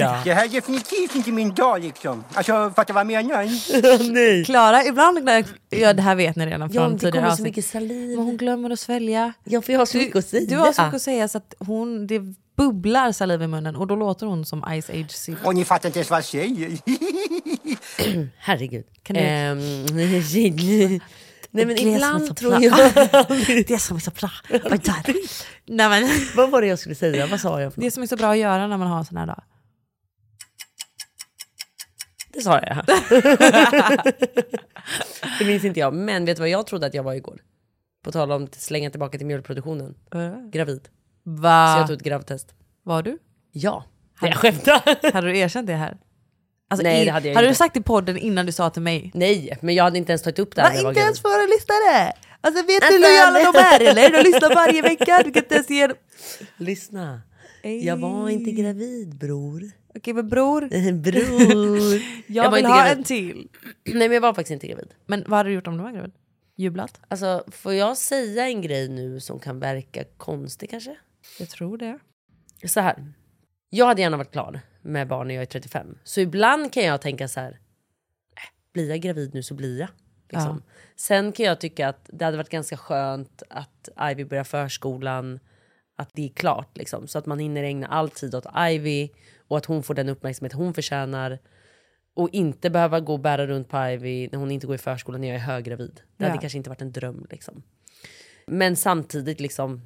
S1: ja.
S8: Det här är definitivt inte min dag liksom. Alltså, fattar vad jag menar?
S1: Nej.
S2: Klara, ibland när jag... Ja, det här vet ni redan
S1: Ja,
S2: från
S1: men det
S2: tidigare
S1: kommer så
S2: avsnitt.
S1: mycket saliv.
S2: Men hon glömmer att svälja.
S1: Ja, för jag har så mycket att säga.
S2: Du har så mycket att säga så att hon, det bubblar saliv i munnen och då låter hon som Ice Age Sid.
S8: Och ni fattar inte ens vad jag säger.
S1: Ah, Herregud.
S2: Kan du-
S1: Ehm, Nej men
S2: Det är
S1: ibland
S2: som
S1: tror
S2: en
S1: jag...
S2: Det som är så bra. Nej, men,
S1: Vad var det jag skulle säga? Vad sa jag? för något?
S2: det som är så bra att göra när man har en sån här dag.
S1: Det sa jag. det minns inte jag. Men vet du vad jag trodde att jag var igår? På tal om att slänga tillbaka till mjölkproduktionen.
S2: Äh.
S1: Gravid. Så jag
S2: Va?
S1: tog ett gravtest.
S2: Var du?
S1: Ja. Nej, jag skämtar.
S2: Hade du erkänt det här? Alltså,
S1: Nej,
S2: i-
S1: det hade jag
S2: du
S1: inte.
S2: sagt i podden innan du sa till mig?
S1: Nej, men jag hade inte ens tagit upp det
S2: Va,
S1: när jag var
S2: inte
S1: gravid.
S2: ens för våra lyssnare! Alltså vet du hur
S1: Alltså,
S2: lojala de
S1: nej.
S2: är eller? De lyssnar varje vecka, du kan inte ens ge dem...
S1: Lyssna. Jag var inte gravid bror.
S2: Okej men bror,
S1: bror.
S2: jag,
S1: Jag var
S2: vill
S1: inte
S2: ha
S1: gravid.
S2: en till.
S1: Nej men jag var faktiskt inte gravid.
S2: Men vad hade du gjort om du var gravid? Jublat?
S1: Alltså får jag säga en grej nu som kan verka konstig kanske?
S2: Jag tror det.
S1: Så här. Jag hade gärna varit klar med barn när jag är 35. Så ibland kan jag tänka så här. "Äh, Blir jag gravid nu så blir jag. Liksom. Sen kan jag tycka att det hade varit ganska skönt att Ivy börjar förskolan. Att det är klart liksom. Så att man hinner ägna all tid åt Ivy. Och att hon får den uppmärksamhet hon förtjänar. Och inte behöva gå och bära runt på Ivy när hon inte går i förskolan när jag är höggravid. Det hade
S2: Ja.
S1: kanske inte varit en dröm liksom. Men samtidigt liksom.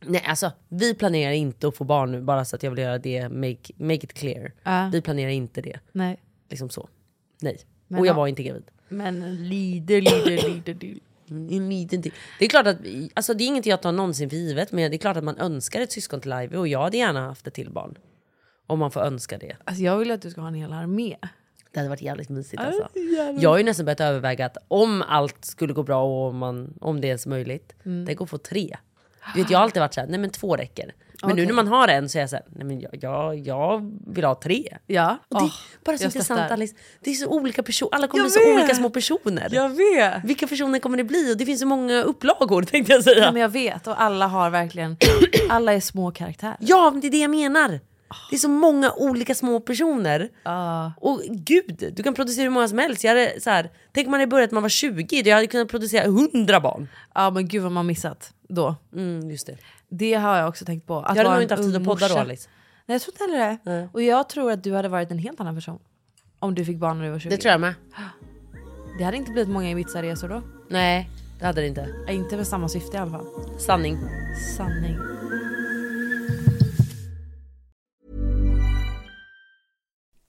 S1: Nej, alltså vi planerar inte att få barn nu, bara så att jag vill göra det, make, make it clear.
S2: Ja.
S1: Vi planerar inte det,
S2: Nej.
S1: liksom så. Nej.
S2: Men
S1: och jag
S2: ja.
S1: var inte gravid.
S2: Men lider, lider, lider, lider.
S1: Mm, inte- inte. Det är klart att, alltså det är inget jag tar någonsin för givet, men det är klart att man önskar ett syskon till Ivy och jag hade gärna haft ett till barn. Om man får önska det.
S2: Alltså jag vill att du ska ha en hel armé.
S1: Det hade varit jävligt mysigt alltså. Jag har ju nästan börjat överväga att om allt skulle gå bra och om, man, om det är ens möjligt, det går att få tre. Du vet, jag har alltid varit såhär, nej men två räcker. Men nu när man har en så är jag såhär, nej men jag, jag, jag vill ha tre.
S2: Ja.
S1: Och det är bara så
S2: jag
S1: intressant
S2: stöttar.
S1: Alice, det är så olika personer, alla kommer
S2: Jag
S1: bli så olika
S2: vet.
S1: små personer.
S2: Jag vet!
S1: Vilka personer kommer det bli? Och det finns så många upplagor tänkte jag säga.
S2: Ja, men jag vet och alla har verkligen, alla är små karaktärer.
S1: Ja, men det är det jag menar. Det är så många olika små personer. Och gud, du kan producera hur många som helst. Jag hade, så här, tänk om man hade börjat när man var 20, då jag hade kunnat producera 100 barn.
S2: Ja men gud vad man missat då.
S1: Mm, just det.
S2: Det har jag också tänkt på. Att
S1: Jag hade
S2: vara
S1: nog
S2: en
S1: inte haft tid
S2: ung
S1: att podda då
S2: morsa.
S1: Alice.
S2: Nej jag tror inte heller det. Och jag tror att du hade varit en helt annan person. Om du fick barn när du var 20.
S1: Det tror jag med.
S2: Det hade inte blivit många Ibiza-resor då.
S1: Nej, det hade det inte.
S2: Ja, Inte med samma syfte i alla fall.
S1: Sanning.
S2: Sanning.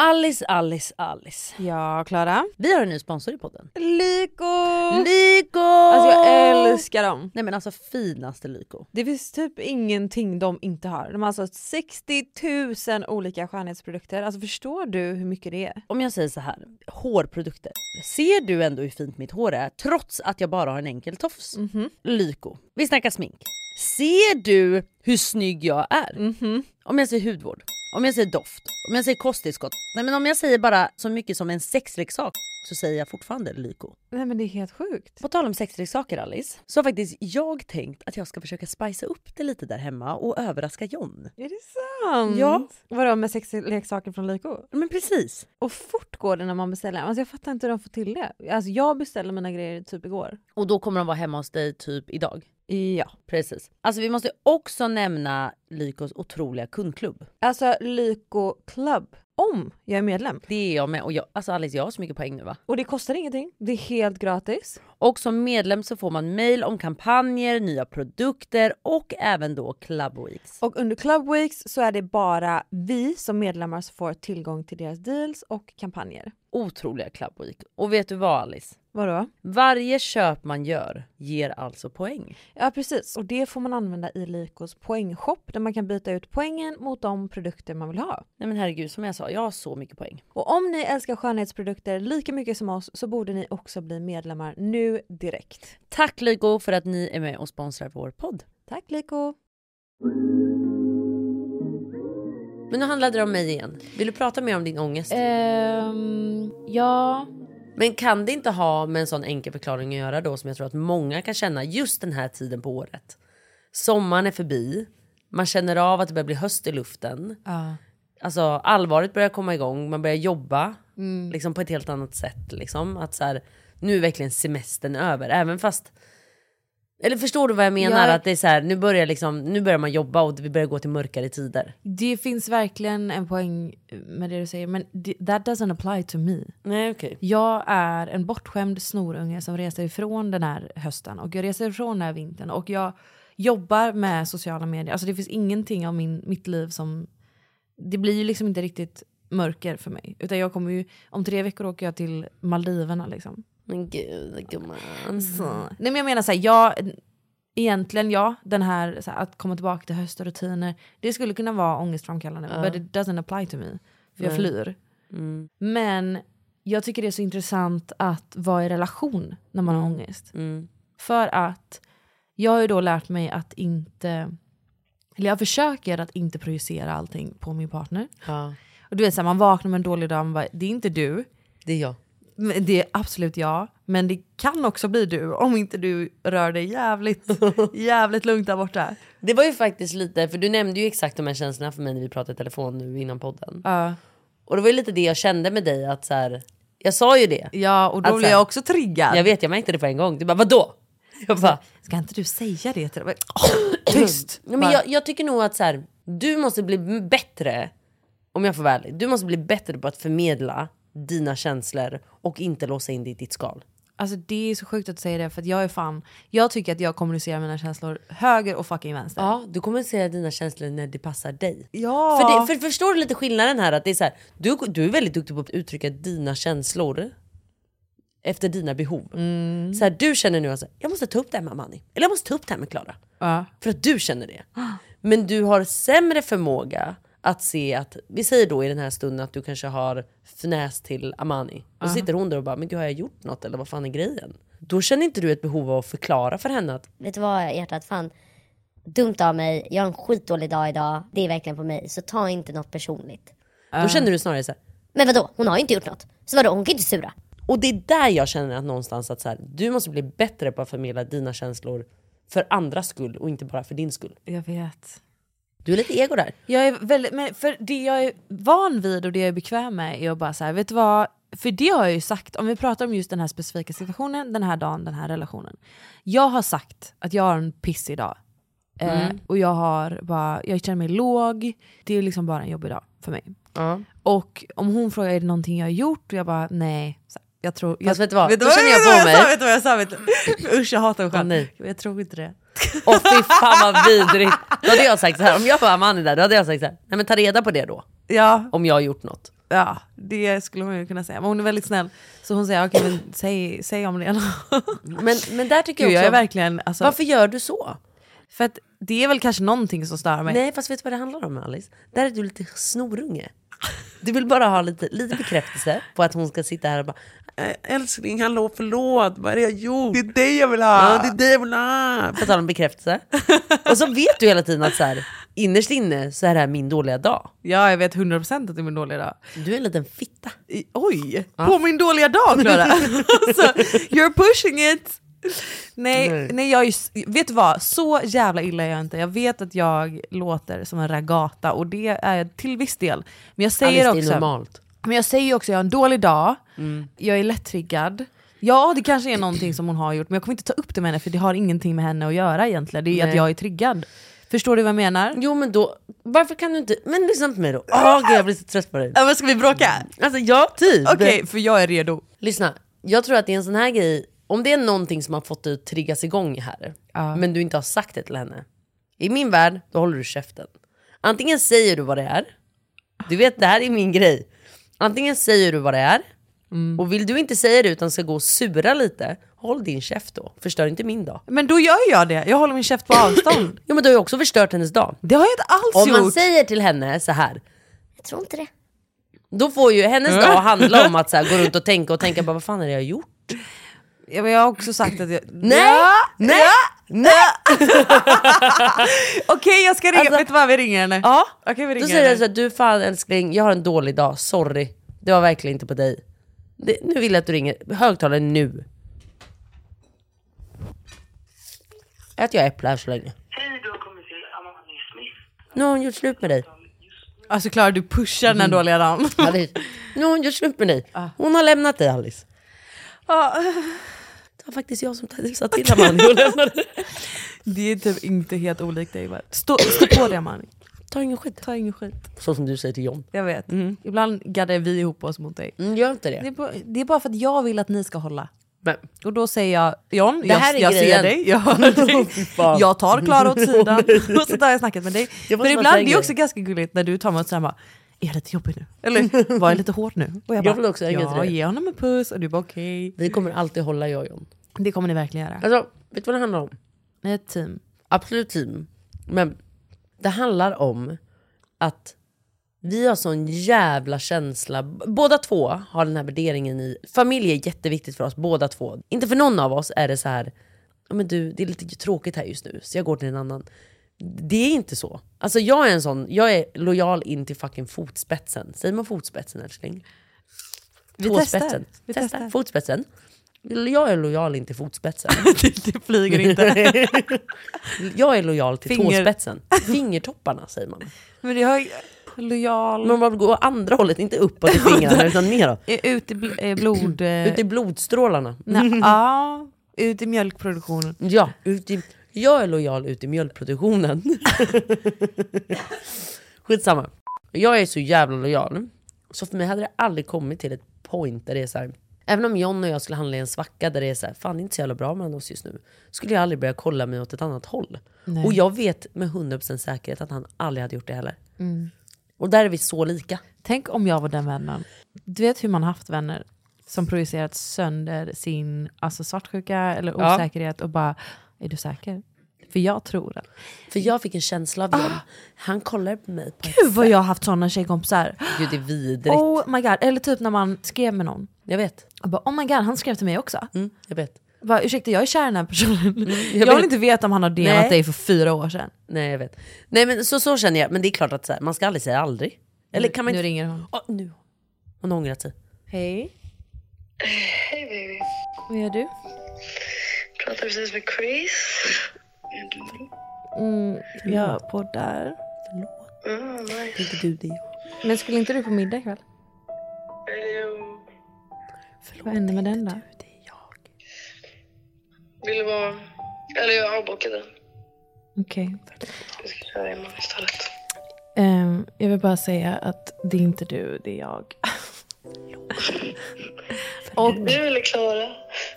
S1: Alice, Alice, Alice.
S2: Ja, Klara.
S1: Vi har en ny sponsor i podden.
S2: Lyko!
S1: Lyko!
S2: Alltså jag älskar dem.
S1: Nej men alltså finaste Lyko.
S2: Det finns typ ingenting de inte har. De har alltså 60 000 olika skönhetsprodukter. Alltså förstår du hur mycket det är?
S1: Om jag säger så här, hårprodukter. Ser du ändå hur fint mitt hår är trots att jag bara har en enkel tofs? Lyko. Vi snackar smink. Ser du hur snygg jag är? Om jag säger hudvård, om jag säger doft, om jag säger kosttillskott. Nej men om jag säger bara så mycket som en sexleksak så säger jag fortfarande Lyko.
S2: Nej men det är helt sjukt.
S1: På tal om sexleksaker Alice, så har faktiskt jag tänkt att jag ska försöka spicea upp det lite där hemma och överraska John.
S2: Är det sant?
S1: Ja.
S2: Vadå med sexleksaker från Lyko?
S1: Men precis.
S2: Och fort går det när man beställer. Alltså jag fattar inte hur de får till det. Alltså jag beställde mina grejer typ igår.
S1: Och då kommer de vara hemma hos dig typ idag.
S2: Ja.
S1: Precis. Alltså vi måste också nämna Lykos otroliga kundklubb.
S2: Alltså Lyko Club. Om jag är medlem.
S1: Det är jag med. Och jag, alltså Alice jag har så mycket poäng nu va?
S2: Och det kostar ingenting. Det är helt gratis.
S1: Och som medlem så får man mail om kampanjer, nya produkter och även då Club Weeks.
S2: Och under Club Weeks så är det bara vi som medlemmar som får tillgång till deras deals och kampanjer.
S1: Otroliga Club Week. Och vet du vad Alice?
S2: Vadå?
S1: Varje köp man gör ger alltså poäng.
S2: Ja precis, och det får man använda i Lykos poängshop där man kan byta ut poängen mot de produkter man vill ha.
S1: Nej men herregud som jag sa, jag har så mycket poäng.
S2: Och om ni älskar skönhetsprodukter lika mycket som oss så borde ni också bli medlemmar nu direkt.
S1: Tack Lyko för att ni är med och sponsrar vår podd.
S2: Tack Lyko!
S1: Men nu handlade det om mig igen. Vill du prata mer om din ångest?
S2: Ehm, ja.
S1: Men kan det inte ha med en sån enkel förklaring att göra då som jag tror att många kan känna just den här tiden på året? Sommaren är förbi, man känner av att det börjar bli höst i luften.
S2: Ja.
S1: Alltså allvaret börjar komma igång, man börjar jobba
S2: Mm.
S1: liksom, på ett helt annat sätt. Liksom. Att så här, nu är verkligen semestern över, även fast... Eller förstår du vad jag menar?
S2: Ja.
S1: Att det är så här, nu, börjar liksom, nu börjar man jobba och vi börjar gå till mörkare tider.
S2: Det finns verkligen en poäng med det du säger men det- that doesn't apply to me.
S1: Nej okej.
S2: Jag är en bortskämd snorunge som reser ifrån den här hösten och jag reser ifrån den här vintern och jag jobbar med sociala medier. Alltså det finns ingenting av min, mitt liv som... Det blir ju liksom inte riktigt mörker för mig. Utan jag kommer ju... Om tre veckor åker jag till Maldiverna liksom.
S1: Men gud gumman. Mm.
S2: Mm. Nej men jag menar såhär, jag... Egentligen ja, den här så här, att komma tillbaka till höst och rutiner. Det skulle kunna vara ångestframkallande.
S1: Ja.
S2: But it doesn't apply to me. För jag
S1: Nej.
S2: flyr.
S1: Mm.
S2: Men jag tycker det är så intressant att vara i relation när man har ångest.
S1: Mm.
S2: För att jag har ju då lärt mig att inte, eller jag försöker att inte projicera allting på min partner.
S1: Ja,
S2: Och du vet såhär, man vaknar med en dålig dag, man bara, det är inte du,
S1: det är jag.
S2: Men Det är absolut ja, men det kan också bli du om inte du rör dig jävligt, jävligt lugnt där borta.
S1: Det var ju faktiskt lite, för du nämnde ju exakt de här känslorna för mig när vi pratade i telefon nu innan podden.
S2: Ja.
S1: Och det var ju lite det jag kände med dig att så här, jag sa ju det.
S2: Ja och då blev jag också triggad.
S1: Jag vet, jag märkte det på en gång. Du bara vadå? Jag bara,
S2: Ska inte du säga det till dem? Tyst!
S1: "Mm, Nej, men jag, jag tycker nog att så här, du måste bli m- bättre, om jag får vara ärlig, du måste bli bättre på att förmedla dina känslor och inte låsa in det i ditt skal.
S2: Alltså det är så sjukt att säga det för att jag är fan, jag tycker att jag kommunicerar mina känslor höger och fucking vänster.
S1: Ja, du kommer säga dina känslor när det passar dig.
S2: Ja.
S1: För, det, för förstår du lite skillnaden här? Att det är så här du, du är väldigt duktig på att uttrycka dina känslor efter dina behov.
S2: Mm.
S1: Så här, du känner nu att alltså, jag måste ta upp det här med Amani, eller jag måste ta upp det här med Klara.
S2: Ja. Ah.
S1: För att du känner det. Men du har sämre förmåga att se att, vi säger då i den här stunden att du kanske har fnäst till Amani. Och så
S2: Ja.
S1: sitter hon där och bara, men gud har jag gjort något eller vad fan är grejen? Då känner inte du ett behov av att förklara för henne att
S9: Vet du vad hjärtat, fan dumt av mig, jag har en skitdålig dag idag, det är verkligen på mig, så ta inte något personligt.
S2: Ah.
S1: Då känner du snarare så här,
S9: Men vadå, hon har ju inte gjort något. Så vadå, hon kan ju inte sura.
S1: Och det är där jag känner att någonstans att så här, du måste bli bättre på att förmedla dina känslor för andras skull och inte bara för din skull.
S2: Jag vet.
S1: Du är lite ego där.
S2: Jag är väldigt, men för det jag är van vid och det jag är bekväm med är att bara så här, vet du vad? För det har jag ju sagt, om vi pratar om just den här specifika situationen, den här dagen, den här relationen. Jag har sagt att jag har en pissig dag. Eh,
S7: Mm.
S2: och jag har bara, jag känner mig låg. Det är liksom bara en jobbig dag för mig. Och om hon frågar är det någonting jag har gjort och jag bara nej. Så här, jag tror, jag,
S1: vet du vad? Då
S2: jag-
S1: känner jag
S2: vet du vad
S1: på
S2: sa?
S1: mig.
S2: Vet du vad jag sa? Vet du? Usch jag hatar mig
S1: Åh,
S2: själv.
S1: nej.
S2: jag tror inte det.
S1: Åh fy fan vad vidrigt. Då hade jag sagt så här, om jag var Amanda där, då hade jag sagt så här, nej men ta reda på det då.
S2: Ja.
S1: Om jag har gjort något.
S2: Ja, det skulle hon ju kunna säga. Men hon är väldigt snäll. Så hon säger, okej men säg, säg om det.
S1: men, men där tycker jag
S2: Gud, jag
S1: också-
S2: är verkligen, alltså,
S1: Varför gör du så?
S2: För att det är väl kanske någonting som stör mig.
S1: Nej fast vet du vad det handlar om Alice? Där är du lite snorunge. Du vill bara ha lite, lite bekräftelse på att hon ska sitta här och bara "Äh, älskling hallå förlåt vad är det jag gjort? Det är dig jag vill
S3: ha.
S1: Ja, det är dig jag vill ha. På tal om bekräftelse. och så vet du hela tiden att så här, innerst inne så är det här min dåliga dag.
S2: Ja, jag vet 100% att det är min dåliga dag.
S1: Du är en liten fitta.
S2: Oj! På min dåliga dag Klara! alltså, you're pushing it! Nej,
S1: Nej.
S2: nej. jag är, ju s- vet du vad? Så jävla illa är jag inte. Jag vet att jag låter som en ragata och det är jag till viss del. Men jag säger
S1: Alice, det är
S2: också...
S1: normalt.
S2: Men jag säger ju också att jag har en dålig dag,
S1: Mm.
S2: jag är lättriggad. Ja, det kanske är någonting som hon har gjort, men jag kommer inte ta upp det med henne för det har ingenting med henne att göra egentligen. Det är
S1: Nej.
S2: att jag är triggad. Förstår du vad jag menar?
S1: Jo men då, varför kan du inte, men lyssna på mig då. Åh gud jag blir så trött på dig.
S2: Ja, men ska vi bråka?
S1: Alltså ja, typ.
S2: Okej, för jag är redo.
S1: Lyssna, jag tror att det är en sån här grej, om det är någonting som har fått dig att triggas igång här, men du inte har sagt det till henne. I min värld, då håller du käften. Antingen säger du vad det är, du vet det här är min grej. Antingen säger du vad det är, och vill du inte säga det utan ska gå och sura lite, håll din käft då. Förstör inte min dag.
S2: Men då gör jag det, jag håller min käft på avstånd.
S1: ja men du har ju också förstört hennes dag.
S2: Det har jag inte alls
S1: Om man
S2: gjort.
S1: säger till henne så här,
S9: Jag tror inte det.
S1: då får ju hennes dag handla om att så här, gå runt och tänka och tänka bara vad fan är det jag har gjort?
S2: Ja, men jag har också sagt att jag...
S1: Nej!
S2: Ja,
S1: Nej! Nej!
S2: Okej, jag ska ringa. Vet du vad, vi ringer henne.
S1: Ja.
S2: Okej, vi ringer
S1: Då säger
S2: henne.
S1: jag såhär, du fan älskling, jag har en dålig dag, sorry. Det var verkligen inte på dig. Det, nu vill jag att du ringer högtalaren nu. Ät jag äpple här så länge. Nu har hon gjort slut med dig.
S2: Alltså Klara, du pushar den här dåliga dagen.
S1: Alice, nu har hon gjort slut med dig. Hon har lämnat dig Alice. Det var faktiskt jag som sa till Amanda och lämnade dig.
S2: Det är typ inte helt olikt dig. bara. Stå, stå på det Amani.
S1: Ta ingen skit.
S2: Ta ingen skit.
S1: Så som du säger till John.
S2: Jag vet. Ibland gaddar vi ihop oss mot dig.
S1: Mm, gör inte det.
S2: Det är, bara, det är bara för att jag vill att ni ska hålla.
S1: Men.
S2: Och då säger jag John,
S1: Det här
S2: jag,
S1: är
S2: jag ser
S1: grejen.
S2: dig, jag hör dig.
S1: Fy fan.
S2: Jag tar Klara åt sidan
S1: Åh, nej.
S2: och så tar jag snacket med dig.
S1: Det var
S2: För
S1: som att
S2: ibland, det
S1: säga
S2: är också
S1: grejer.
S2: ganska gulligt när du tar mig åt sidan och bara, är jag lite jobbig nu? Eller var jag lite hård nu? Och
S1: Jag vill också säga en grej
S2: ja,
S1: till dig.
S2: ge honom en puss och du bara okej.
S1: Vi kommer alltid hålla jag och John.
S2: Det kommer ni verkligen göra.
S1: Alltså, vet du vad det handlar om?
S2: Ni är ett team.
S1: Absolut team. Men det handlar om att vi har sån jävla känsla. B- Båda två har den här värderingen i... Familj är jätteviktigt för oss båda två. Inte för någon av oss är det så här... "Ja, Men du, det är lite tråkigt här just nu, så jag går till en annan. Det är inte så. Alltså jag är en sån, jag är lojal in till fucking fotspetsen. Säger man fotspetsen älskling? Vi tåspetsen. Testar. Vi testar. Fotspetsen. Jag är lojal inte fotspetsen.
S2: det, det flyger inte.
S1: jag är lojal till
S2: Finger-
S1: tåspetsen. Fingertopparna säger man.
S2: Men det har lojal...
S1: Men man går andra hållet, inte uppåt i fingrarna utan neråt.
S2: Är Ut i bl- eh, blod... eh,
S1: Ut i blodstrålarna.
S2: Nej, ja, ut i mjölkproduktionen.
S1: Ja, ut i, jag är lojal ut i mjölkproduktionen. Skitsamma. Jag är så jävla lojal. Så för mig hade det aldrig kommit till ett point där det är så här. Även om John och jag skulle handla i en svacka där det är så här, fan det är inte så jävla bra mellan oss just nu. Skulle jag aldrig börja kolla mig åt ett annat håll.
S2: Nej.
S1: Och jag vet med 100% säkerhet att han aldrig hade gjort det heller.
S2: Mm.
S1: Och där är vi så lika.
S2: Tänk om jag var den vännen. Du vet hur man haft vänner som projicerat sönder sin alltså svartsjuka eller
S1: Ja.
S2: osäkerhet och bara, är du säker? För jag tror att...
S1: För jag fick en känsla av John. Han kollar på mig på ett
S2: Gud vad jag har haft sådana tjejkompisar.
S1: Gud det är vidrigt.
S2: Oh my god, eller typ när man skrev med någon.
S1: Jag vet. Mm,
S2: Jag bara, oh my god, han skrev till mig också.
S1: Jag vet.
S2: Bara, Ursäkta, jag är kär i den här personen. jag,
S1: vet.
S2: vill inte veta om han har DMat
S1: Mm, Nej.
S2: dig för fyra år sedan.
S1: Nej jag vet. Nej men så, så känner jag. Men det är klart att så här, man ska aldrig säga aldrig. Eller kan man
S2: nu
S1: inte...
S2: ringer hon.
S1: Åh, nu. Hon har ångrat sig.
S2: Hej.
S10: Hej baby.
S2: Vad gör du?
S10: Pratar precis med Chris.
S2: Mm, jag poddar.
S10: Mm, nice.
S1: Inte du, det är jag.
S2: Men skulle inte du på middag ikväll?
S10: Ehm,
S2: Vad hände med den då?
S10: Vill du vara... Eller jag har bokat den.
S2: Okej.
S10: Vi ska köra imorgon istället.
S2: Ehm, jag vill bara säga att det är inte du, det är jag. Och
S10: Du eller Klara?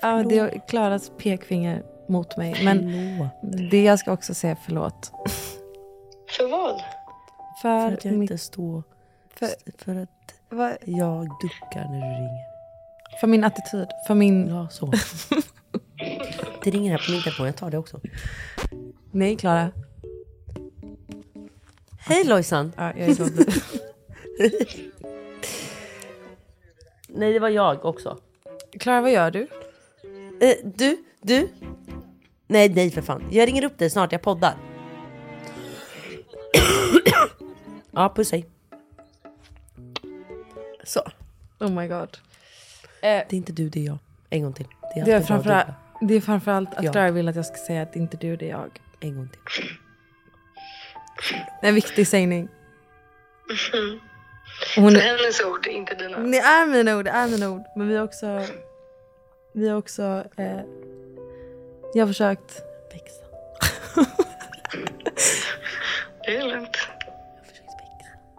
S2: ja, det är Klaras pekfinger mot mig. Men det jag ska också säga förlåt.
S10: För vad?
S2: För,
S1: att jag
S2: mitt,
S1: inte står...
S2: För-
S1: För, att
S2: vad-
S1: jag duckar när du ringer.
S2: för min attityd, för min...
S1: Ja, så. Det ringer här på min telefon, jag tar det också.
S2: Nej, Klara.
S1: Hej Lojsan!
S2: Ja, jag är så
S1: Nej det var jag också.
S2: Klara, vad gör du?
S1: Eh, du, du. Nej, nej för fan. Jag ringer upp dig snart, jag poddar. ja, puss hej. Så.
S2: Oh my god.
S1: Det är inte du, det är jag. En gång till. är
S2: Det är,
S1: alltid bra
S2: Eh,
S1: att
S2: framförallt,
S1: dubba.
S2: det är framförallt att
S1: Ja.
S2: Klara vill att jag ska säga att det är inte du, det är jag.
S1: En gång till.
S2: En viktig sägning.
S10: Hon...
S2: Hon-
S10: Så hennes ord, inte dina.
S2: Det är mina ord, det är mina ord. Men vi har också... Vi har också... Eh, jag har försökt...
S1: Växa.
S10: Det är lugnt.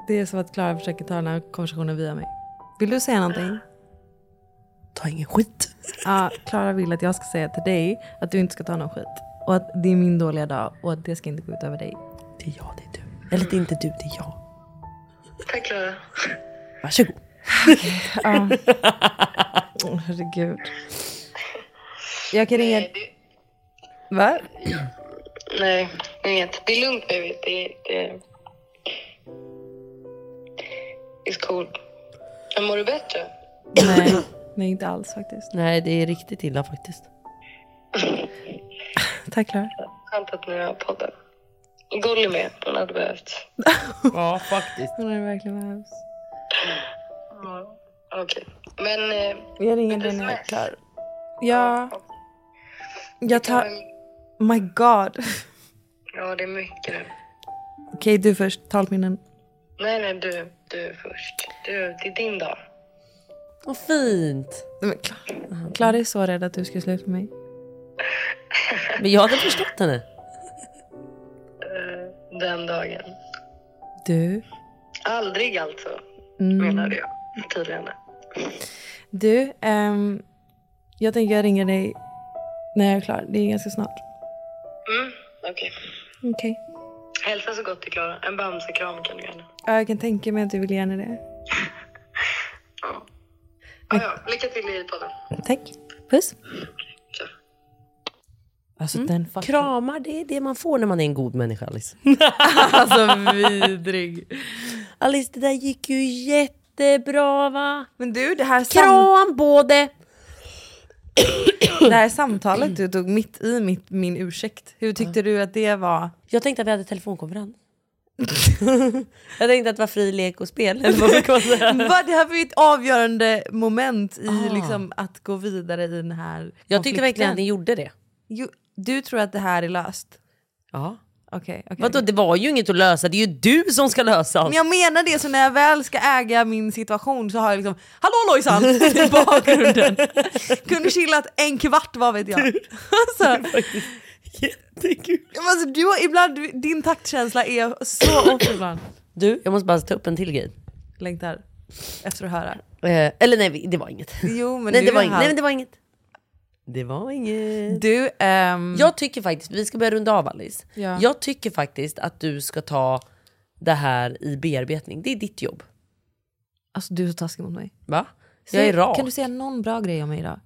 S2: Det är som att Klara försöker ta den här konversationen via mig. Vill du säga någonting?
S1: Ta ingen skit.
S2: Ja, Klara vill att jag ska säga till dig att du inte ska ta någon skit. Och att det är min dåliga dag och att det ska inte gå ut över dig.
S1: Det är jag, det är du. Eller det är inte du, det är jag.
S10: Tack Klara.
S1: Varsågod.
S2: Ja. Åh, herregud. Jag kan ringa...
S10: Nej, det...
S2: Va?
S10: Nej, inget. Det är lugnt baby. Det, det... It's cool. Men mår du bättre?
S2: Nej, nej inte alls faktiskt.
S1: Nej, det är riktigt illa faktiskt.
S2: Tack Klara.
S10: Skönt att ni har podden. Gullig med. Hon hade behövt.
S1: Ja, faktiskt.
S2: Hon är verkligen behövs.
S10: Ja, Okej. Men... Eh,
S2: Jag ringer dig när jag är klar. Ja. Jag tar... My god.
S10: ja, det är mycket nu.
S2: Okej, du först. Talpinnen.
S10: Nej, nej, du, du först. Du, det är din dag.
S1: Vad fint.
S2: Nej, men Klara- Klara är så rädd att du ska sluta med mig.
S1: Men jag hade förstått henne.
S10: Eh, Den dagen.
S2: Du.
S10: Aldrig alltså,
S2: Mm.
S10: menade jag tydligen.
S2: Du, ehm, jag tänker jag ringer dig när jag är klar. Det är ganska snart.
S10: Mm, okej.
S2: Okej.
S10: Hälsa så gott till Klara. En bamsekram kan du gärna.
S2: Ja, jag kan tänka mig att du vill ge henne det.
S10: Ja. Ja, ja. Lycka till i podden.
S2: Tack. Puss.
S10: Kör.
S2: Alltså den fucking...
S1: Kramar, det är det man får när man är en god människa Alice.
S2: alltså vidrig.
S1: Alice, det där gick ju jättebra va?
S2: Men du, det här, sam-
S1: Kram både!
S2: det här samtalet du tog mitt i mitt, min ursäkt. Hur tyckte du att det var?
S1: Jag tänkte att vi hade telefonkonferens. jag tänkte att det var fri lek och spel. Eller vad man kan säga.
S2: Va, det här var ju ett avgörande moment i liksom, att gå vidare i den här
S1: Ah. Jag tyckte verkligen att ni gjorde det.
S2: Jo, du tror att det här är löst?
S1: Ja.
S2: Okej. okej.
S1: Vadå, det var ju inget att lösa. Det är ju du som ska lösa allt.
S2: Men jag menar det, så när jag väl ska äga min situation så har jag liksom Hallå Lojsan! i bakgrunden. Kunde chillat en kvart, vad vet jag. Alltså,
S1: Jättekul.
S2: men alltså, du har, ibland, din taktkänsla är så off ibland.
S1: Du, jag måste bara ta upp en till grej.
S2: Längtar efter att höra.
S1: Eh, eller nej, vi- det var inget.
S2: Jo, men
S1: nej,
S2: du
S1: det var
S2: är
S1: inget.
S2: här.
S1: nej, men det var inget. Det var inget.
S2: Du, ehm,
S1: Jag tycker faktiskt, vi ska börja runda av Alice.
S2: Ja.
S1: Jag tycker faktiskt att du ska ta det här i bearbetning. Det är ditt jobb.
S2: alltså du är så taskig mot mig.
S1: Va? Jag är
S2: Säg-
S1: rak.
S2: Kan du säga någon bra grej om mig idag?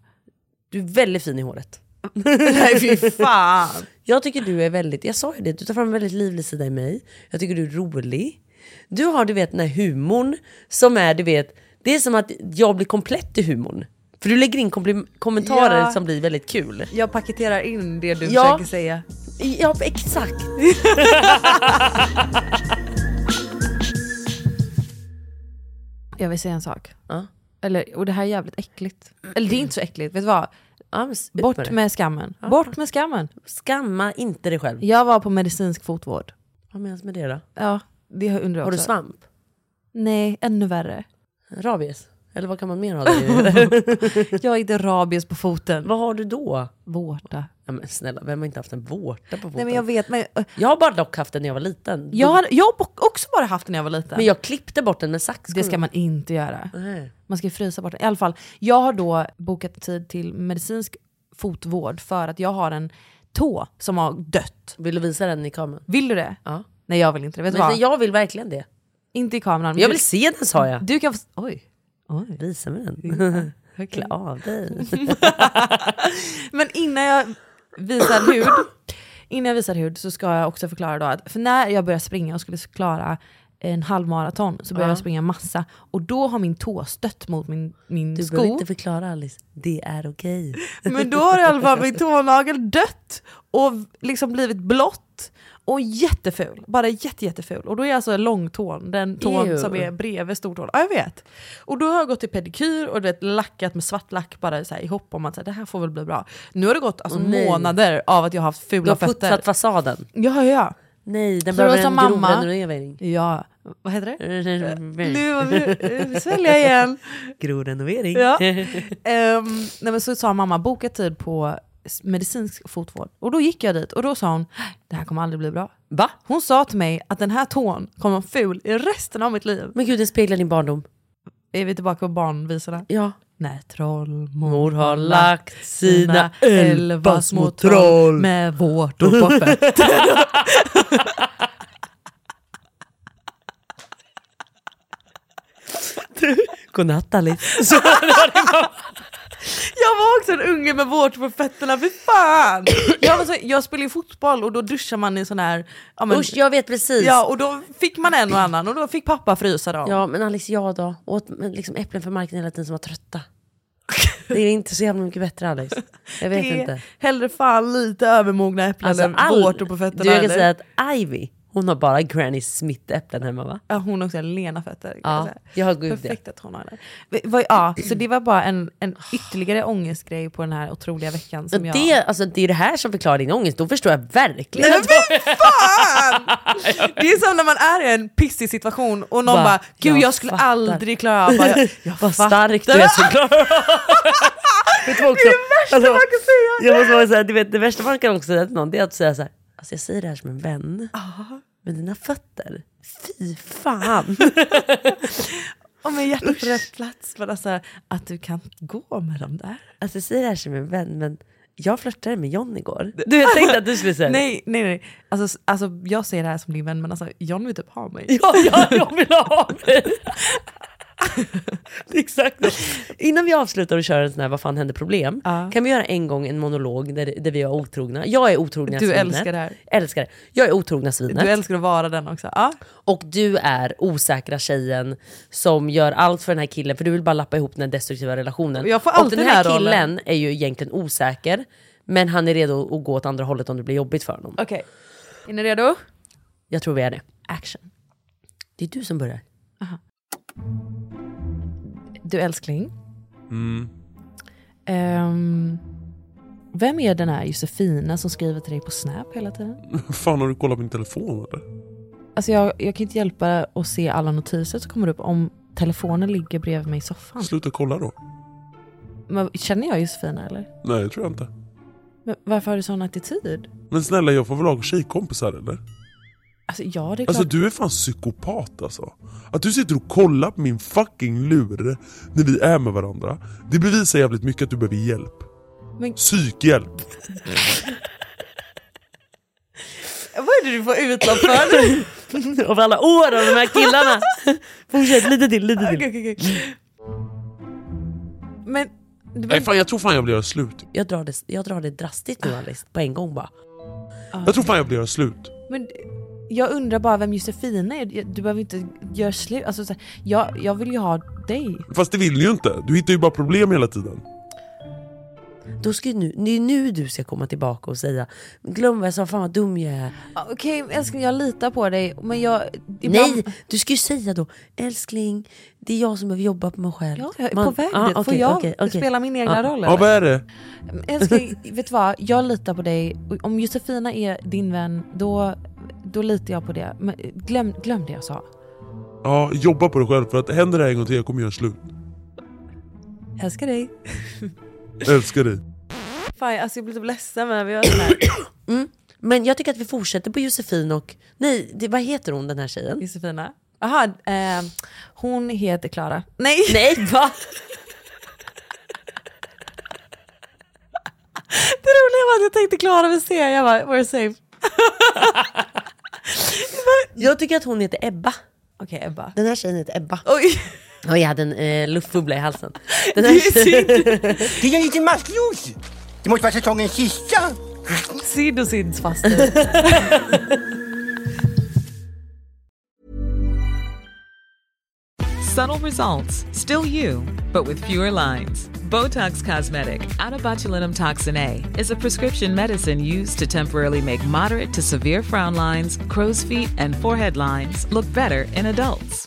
S1: Du är väldigt fin i håret.
S2: Nej fy fan!
S1: Jag tycker du är väldigt, jag sa ju det, du tar fram en väldigt livlig sida i mig. Jag tycker du är rolig. Du har du vet den här humorn som är du vet, det är som att jag blir komplett i humorn. För du lägger in komplim- kommentarer
S2: Ja.
S1: som blir väldigt kul.
S2: Jag paketerar in det du
S1: Ja.
S2: försöker säga.
S1: Ja exakt.
S2: Jag vill säga en sak.
S1: Ja.
S2: Eller, och det här är jävligt äckligt. Eller det är inte så äckligt, vet du vad?
S1: Ja, men s- ut
S2: Bort
S1: det.
S2: med skammen. Bort med skammen.
S1: Skamma inte dig själv.
S2: Jag var på medicinsk fotvård.
S1: Vad menas med det då?
S2: Ja, det undrar jag
S1: Har du
S2: också.
S1: svamp?
S2: Nej, ännu värre.
S1: Rabies? Eller vad kan man mer ha? där i?
S2: Jag gick rabies på foten.
S1: vad har du då?
S2: Vårta.
S1: Ja, men snälla, vem har inte haft en vårta på foten?
S2: Nej men jag vet, men ö,
S1: Jag har bara dock haft den när jag var liten.
S2: jag har jag har bo- också bara haft den när jag var liten.
S1: Men jag klippte bort den med sax.
S2: det ska man inte göra.
S1: Nej.
S2: Man ska ju frysa bort den. I alla fall, jag har då bokat tid till medicinsk fotvård för att jag har en tå som har dött.
S1: Vill du visa den i kameran?
S2: Vill du det?
S1: Ja.
S2: Nej jag vill inte det. Vet du
S1: Men
S2: vad?
S1: jag vill verkligen det.
S2: Inte i kameran. men
S1: Jag
S2: du-
S1: vill se den sa jag.
S2: Du kan få... Oj. Oj.
S1: Visa mig den. Klä av dig.
S2: Men innan jag visar hud, innan jag visar hud så ska jag också förklara då att, för när jag började springa och skulle klara en halvmaraton så började
S1: Ja.
S2: jag springa massa och då har min tå stött mot min, min
S1: Du
S2: sko.
S1: behöver inte förklara Alice. Det är okej.
S2: Men då har i alla fall min tånagel dött och liksom blivit blått och jätteful. Bara jätte, jätteful. Och då är jag alltså långtån, den tån
S1: Ew.
S2: som är bredvid stortån. Ja, jag vet. Och då har jag gått till pedikyr och du vet, lackat med svart lack bara så här, i hopp om att så här, det här får väl bli bra. Nu har det gått alltså,
S1: Åh, nej.
S2: månader av att jag har haft
S1: Du
S2: fula
S1: har
S2: fötter.
S1: putsat fasaden.
S2: Ja, ja,
S1: Nej, den
S2: Så
S1: behöver
S2: då sa
S1: en grov
S2: mamma-
S1: renovering.
S2: ja. Vad heter det? Nu, nu, nu sväljer jag igen.
S1: grov renovering.
S2: Ja. Ehm, nej men så sa mamma, boka tid på s- medicinsk fotvård. Och då gick jag dit och då sa hon, det här kommer aldrig bli bra.
S1: Va?
S2: Hon sa till mig att den här tån kommer vara ful i resten av mitt liv.
S1: Men gud, den speglar din barndom.
S2: Är vi tillbaka på barnvisorna?
S1: Ja.
S2: När trollmor
S1: Mor har lagt sina elva små troll.
S2: med vårtor på fötterna.
S1: Godnatt Alice.
S2: Jag var också en unge med vårtor på fötterna, fy fan! Jag, var så, jag spelar ju fotboll och då duschar man i sån här... Ja, men,
S1: Usch, jag vet precis.
S2: ja, och då fick man en och annan och då fick pappa frysa dem.
S1: Ja, men Alice, jag då? Åt men liksom äpplen för marken hela tiden som var trötta. Det är inte så jävla mycket bättre Alice. Jag vet
S2: Det är
S1: inte. Alltså,
S2: Hellre fan lite övermogna äpplen än
S1: all-
S2: vårtor på fötterna.
S1: Du, jag kan
S2: eller?
S1: säga att Ivy, hon har bara Granny Smith-äpplen hemma va?
S2: ja, hon har också lena fötter. kan
S1: Ja,
S2: säga.
S1: jag har gud det.
S2: Perfekt att hon har det. Vi- vad- Ja, så det var bara en, en ytterligare ångestgrej på den här otroliga veckan. Som
S1: Och
S2: jag...
S1: det, alltså, det är det här som förklarar din ångest, då förstår jag verkligen.
S2: Nej, men fan! Det är som när man är i en pissig situation och någon
S1: Bara,
S2: bara, gud
S1: jag
S2: jag, skulle
S1: fattar."
S2: aldrig klara av bara, jag, jag
S1: Vad
S2: fattar."
S1: stark du är som klarar av det.
S2: värsta man kan
S1: är
S2: säga.
S1: Alltså, Jag måste bara säga, du vet, det värsta man kan också säga till någon det är att säga så här, alltså jag säger det här som en vän, men dina fötter, fy fan.
S2: Och med hjärtat på rätt plats. Bara så här, att du kan gå med dem där.
S1: Alltså jag säger det här som en vän, men jag flörtade med John igår. Du, jag tänkte att du skulle säga det.
S2: Nej, nej, nej. Alltså, s- alltså, jag ser det här som din vän, men alltså, John vill typ ha mig.
S1: Ja, ja, jag vill ha mig. Det är Exakt. så. Innan vi avslutar och kör en sån här vad fan händer problem,
S2: Ja.
S1: kan vi göra en gång en monolog där, där vi är otrogna. Jag är otrogna
S2: Du
S1: svinet.
S2: älskar det här.
S1: Älskar det. Jag är otrogna svinet.
S2: Du älskar att vara den också. Ja.
S1: Och du är osäkra tjejen som gör allt för den här killen för du vill bara lappa ihop den här destruktiva relationen.
S2: Jag får
S1: och
S2: alltid
S1: den här
S2: den här
S1: killen
S2: rollen.
S1: är ju egentligen osäker men han är redo att gå åt andra hållet om det blir jobbigt för honom.
S2: Okej, är ni redo?
S1: Jag tror vi är det.
S2: action.
S1: Det är du som börjar.
S2: Du älskling,
S3: Mm.
S2: ehm, vem är den här Josefina som skriver till dig på Snap hela tiden?
S3: Fan har du kollat min telefon eller?
S2: Alltså jag, jag kan inte hjälpa att se alla notiser som kommer upp om telefonen ligger bredvid mig i soffan.
S3: Sluta kolla då.
S2: Men, känner jag Josefina eller?
S3: Nej det tror jag inte.
S2: Men, varför har du sån attityd?
S3: Men snälla jag får väl ha tjejkompisar eller?
S2: Alltså ja, det är klart.
S3: Alltså du är fan psykopat alltså. Att du sitter och kollar på min fucking lur när vi är med varandra. Det bevisar jävligt mycket att du behöver hjälp.
S2: Men-
S3: Psykhjälp.
S2: Vad är det du får utlopp för?
S1: Av alla år av de här killarna. Fortsätt lite till,
S2: Ah,
S1: lite till.
S2: Men
S3: Nej fan jag tror fan jag vill göra slut.
S1: jag drar det, jag drar det drastiskt
S2: Ah.
S1: nu Alice, på en gång bara.
S3: Jag tror fan jag vill göra slut.
S2: Men jag undrar bara vem Josefina är. Du behöver inte göra slut. Alltså, så här, jag, jag vill ju ha dig.
S3: Fast det vill du ju inte. Du hittar ju bara problem hela tiden.
S1: Då ska ju nu, det är nu du ska komma tillbaka och säga glöm vad jag sa, fan vad dum jag är.
S2: Ja, Okej älskling, jag litar på dig. Men jag...
S1: Nej, du ska ju säga då älskling, det är jag som behöver jobba på mig själv.
S2: Ja, jag är
S1: Man-
S2: på väg dit.
S1: Ja,
S2: Får
S1: okej,
S2: jag
S1: okej, okej.
S2: spela min egna roll?
S3: Ja vad är det?
S2: Älskling, vet du vad? Jag litar på dig. Om Josefina är din vän, då, då litar jag på det. Men glöm, glöm det jag sa.
S3: Ja jobba på dig själv för att händer det här en gång till jag kommer göra slut.
S2: Älskar dig.
S3: Älskar dig.
S2: Fan, alltså jag blir typ ledsen men vi gör så här.
S1: Mm. Men jag tycker att vi fortsätter på Josefin och, nej det, vad heter hon den här tjejen?
S2: Josefina? Jaha, eh, hon heter Klara. Nej!
S1: Nej va?
S2: Det roliga var att jag tänkte Klara med C, jag bara we're safe.
S1: Jag tycker att hon heter Ebba.
S2: Okej Ebba.
S1: Den här tjejen heter Ebba.
S2: Oj!
S1: Och jag hade en eh, luftbubbla i halsen. Den
S8: Det
S1: här
S8: är
S1: tjejen...
S8: Det är en liten maskros! Det måste vara säsongens sista!
S2: Sid och Sids faster.
S11: Subtle results, still you, but with fewer lines. Botox Cosmetic, out of botulinum toxin A, is a prescription medicine used to temporarily make moderate to severe frown lines, crow's feet, and forehead lines look better in adults.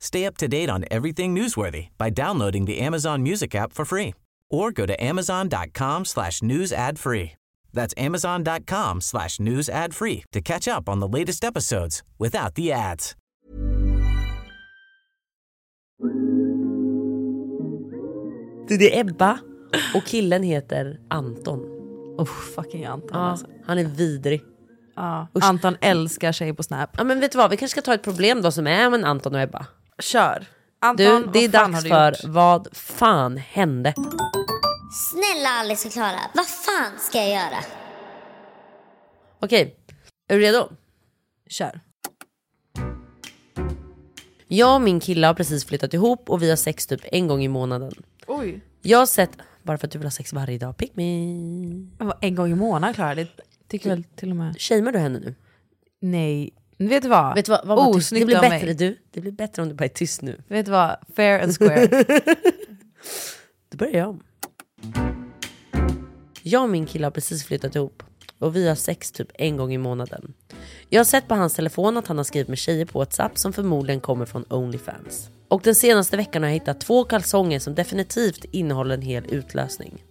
S12: Stay up to date on everything newsworthy by downloading the Amazon Music app for free or go to amazon.com slash news ad free. That's amazon.com slash news ad free to catch up on the latest episodes without the ads.
S1: Det är Ebba och killen heter Anton.
S2: Oh, fucking Anton
S1: Ja,
S2: alltså.
S1: han är vidrig.
S2: Ja. Anton älskar sig på Snap.
S1: Ja men vet du vad, vi kanske ska ta ett problem då som är med Anton och Ebba.
S2: Kör. Anton,
S1: Du, det är
S2: vad fan har
S1: dags
S2: du
S1: för
S2: gjort?
S1: Vad fan hände?
S7: Snälla Alice och Klara, vad fan ska jag göra?
S1: Okej, är du redo?
S2: Kör.
S1: Jag och min kille har precis flyttat ihop och vi har sex typ en gång i månaden.
S2: Oj.
S1: Jag har sett, bara för att du vill ha sex varje dag, pick me.
S2: En gång i månaden Klara, det tycker väl till och med...
S1: Shamear du henne nu? Oh,
S2: Nej. Vet du vad?
S1: Vet du vad, vad var tyst?
S2: Osnyggt
S1: Det blir
S2: av
S1: bättre
S2: mig.
S1: du. Det blir bättre om du bara är tyst nu.
S2: Vet du vad? Fair and square.
S1: Då börjar jag om. Jag och min kille har precis flyttat ihop och vi har sex typ en gång i månaden. Jag har sett på hans telefon att han har skrivit med tjejer på WhatsApp som förmodligen kommer från Onlyfans. Och den senaste veckan har jag hittat två kalsonger som definitivt innehåller en hel utlösning.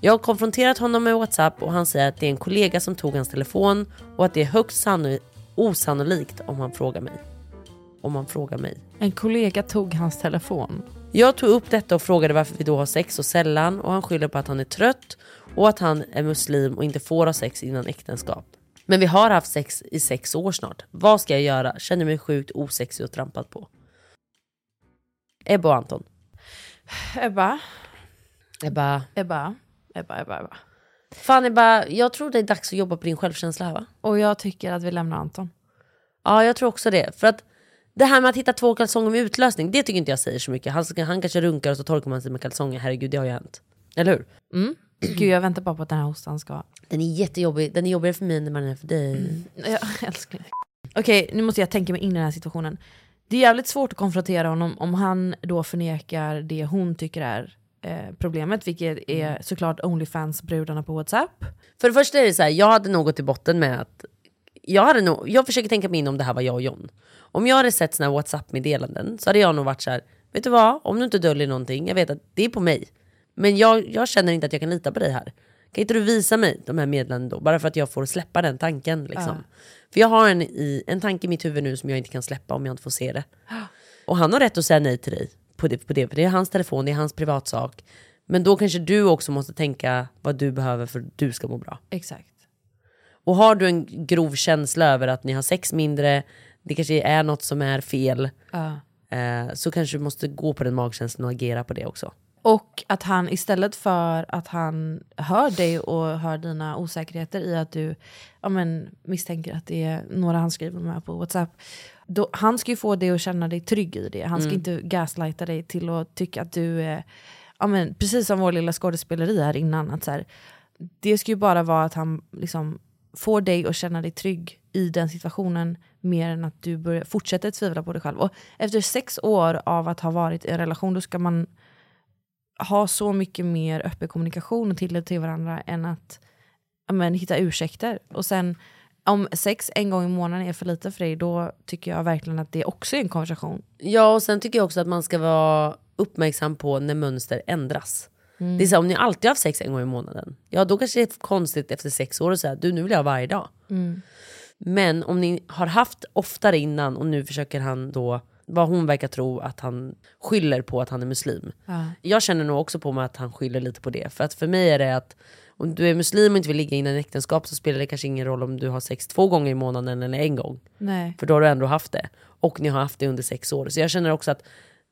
S1: Jag har konfronterat honom med WhatsApp och han säger att det är en kollega som tog hans telefon och att det är högst sanno- osannolikt om han frågar mig. om man frågar mig.
S2: En kollega tog hans telefon.
S1: Jag tog upp detta och frågade varför vi då har sex så sällan och han skyller på att han är trött och att han är muslim och inte får ha sex innan äktenskap. Men vi har haft sex i sex år snart. Vad ska jag göra? Känner mig sjukt osexig och trampad på. Ebba och Anton.
S2: Ebba.
S1: Ebba.
S2: Ebba. Ebba, Ebba, Ebba.
S1: Fan Ebba, jag tror det är dags att jobba på din självkänsla här va?
S2: Och jag tycker att vi lämnar Anton.
S1: Ja, jag tror också det. För att det här med att hitta två kalsonger med utlösning, det tycker inte jag säger så mycket. Han, ska- han kanske runkar och så torkar man sig med kalsonger. Herregud, det har ju hänt. Eller hur?
S2: Mm. Gud, jag väntar bara på att den här hostan ska...
S1: Den är jättejobbig. Den är jobbigare för mig än vad den är för dig.
S2: Ja, älskling. Okej, nu måste jag tänka mig in i den här situationen. Det är jävligt svårt att konfrontera honom om han då förnekar det hon tycker är eh, problemet, vilket är såklart Onlyfans-brudarna på WhatsApp.
S1: För det första är det så här, jag hade nog gått till botten med att jag, hade nog, jag försöker tänka mig in om det här var jag och John. Om jag hade sett såna här WhatsApp-meddelanden så hade jag nog varit så här, vet du vad, om du inte döljer någonting, jag vet att det är på mig. Men jag, jag känner inte att jag kan lita på dig här. Kan inte du visa mig de här meddelandena då? Bara för att jag får släppa den tanken. Liksom.
S2: Ja.
S1: För jag har en, i, en tanke i mitt huvud nu som jag inte kan släppa om jag inte får se det. Och han har rätt att säga nej till dig på det, på det, för det är hans telefon, det är hans privatsak. Men då kanske du också måste tänka vad du behöver för att du ska må bra.
S2: Exakt.
S1: Och har du en grov känsla över att ni har sex mindre, det kanske är något som är fel,
S2: Ja.
S1: eh, så kanske du måste gå på den magkänslan och agera på det också.
S2: Och att han istället för att han hör dig och hör dina osäkerheter i att du ja, men, misstänker att det är några han skriver med på WhatsApp. Då, han ska ju få dig att känna dig trygg i det. Han ska
S1: Mm.
S2: inte gaslighta dig till att tycka att du är, ja, men, precis som vår lilla skådespeleri här innan. Att så här, det ska ju bara vara att han liksom, får dig att känna dig trygg i den situationen mer än att du börjar, fortsätter tvivla på dig själv. Och efter sex år av att ha varit i en relation då ska man ha så mycket mer öppen kommunikation och tillit till varandra än att ja, men, hitta ursäkter. Och sen om sex en gång i månaden är för lite för dig, då tycker jag verkligen att det också är en konversation.
S1: Ja, och sen tycker jag också att man ska vara uppmärksam på när mönster ändras.
S2: Mm.
S1: Det är så här, om ni alltid har haft sex en gång i månaden, ja då kanske det är konstigt efter sex år att säga du nu vill jag ha varje dag.
S2: Mm.
S1: Men om ni har haft oftare innan och nu försöker han då, vad hon verkar tro, att han skyller på att han är muslim.
S2: Ja.
S1: Jag känner nog också på mig att han skyller lite på det. För att för mig är det att om du är muslim och inte vill ligga innan äktenskap så spelar det kanske ingen roll om du har sex två gånger i månaden eller en gång.
S2: Nej.
S1: För då har du ändå haft det. Och ni har haft det under sex år. Så jag känner också att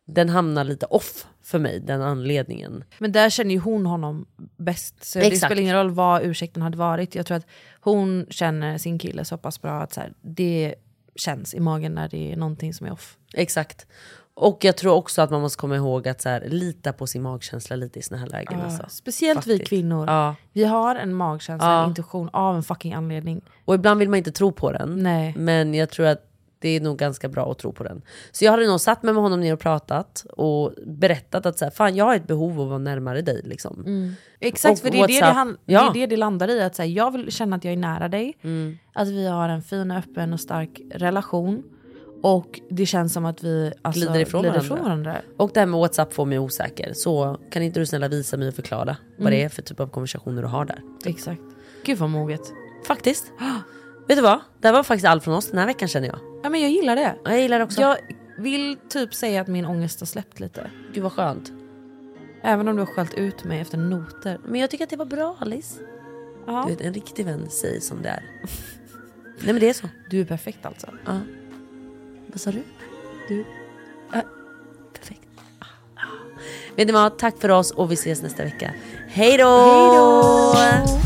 S1: den hamnar lite off för mig, den anledningen.
S2: Men där känner ju hon honom bäst. Så det
S1: Exakt.
S2: spelar ingen roll vad ursäkten hade varit. Jag tror att hon känner sin kille så pass bra att så här, det känns i magen när det är någonting som är off.
S1: Exakt. Och jag tror också att man måste komma ihåg att så här, lita på sin magkänsla lite i såna här lägen.
S2: Ja,
S1: alltså.
S2: Speciellt vi
S1: Faktiskt.
S2: kvinnor.
S1: Ja.
S2: Vi har en magkänsla,
S1: Ja.
S2: en intuition av en fucking anledning.
S1: Och ibland vill man inte tro på den.
S2: Nej.
S1: Men jag tror att det är nog ganska bra att tro på den. Så jag hade nog satt mig med honom ner och pratat och berättat att så här, fan jag har ett behov av att vara närmare dig. Liksom.
S2: Exakt,
S1: Och
S2: för det är det det,
S1: WhatsApp.
S2: han,
S1: Ja.
S2: det är det det landar i. Att så här, jag vill känna att jag är nära dig.
S1: Mm.
S2: Att vi har en fin, öppen och stark relation. Och det känns som att vi alltså,
S1: glider ifrån,
S2: ifrån
S1: varandra.
S2: varandra.
S1: Och det här med WhatsApp får mig osäker. Så kan inte du snälla visa mig och förklara vad det är för typ av konversationer du har där.
S2: Exakt. Gud vad moget.
S1: Faktiskt. Vet du vad? Det här var faktiskt allt från oss den här veckan känner jag.
S2: Ja, men jag gillar det.
S1: Jag gillar det också.
S2: Jag vill typ säga att min ångest har släppt lite.
S1: Gud vad skönt.
S2: Även om du har skällt ut mig efter noter.
S1: Men jag tycker att det var bra Alice.
S2: Ja.
S1: Du vet, en riktig vän säger som det är. Nej men det är så.
S2: Du är perfekt alltså.
S1: Ja. Vad sa du?
S2: Du.
S1: Ja, perfekt. Ah. Vet ni vad? Tack för oss och vi ses nästa vecka. Hej då!
S2: Hej då!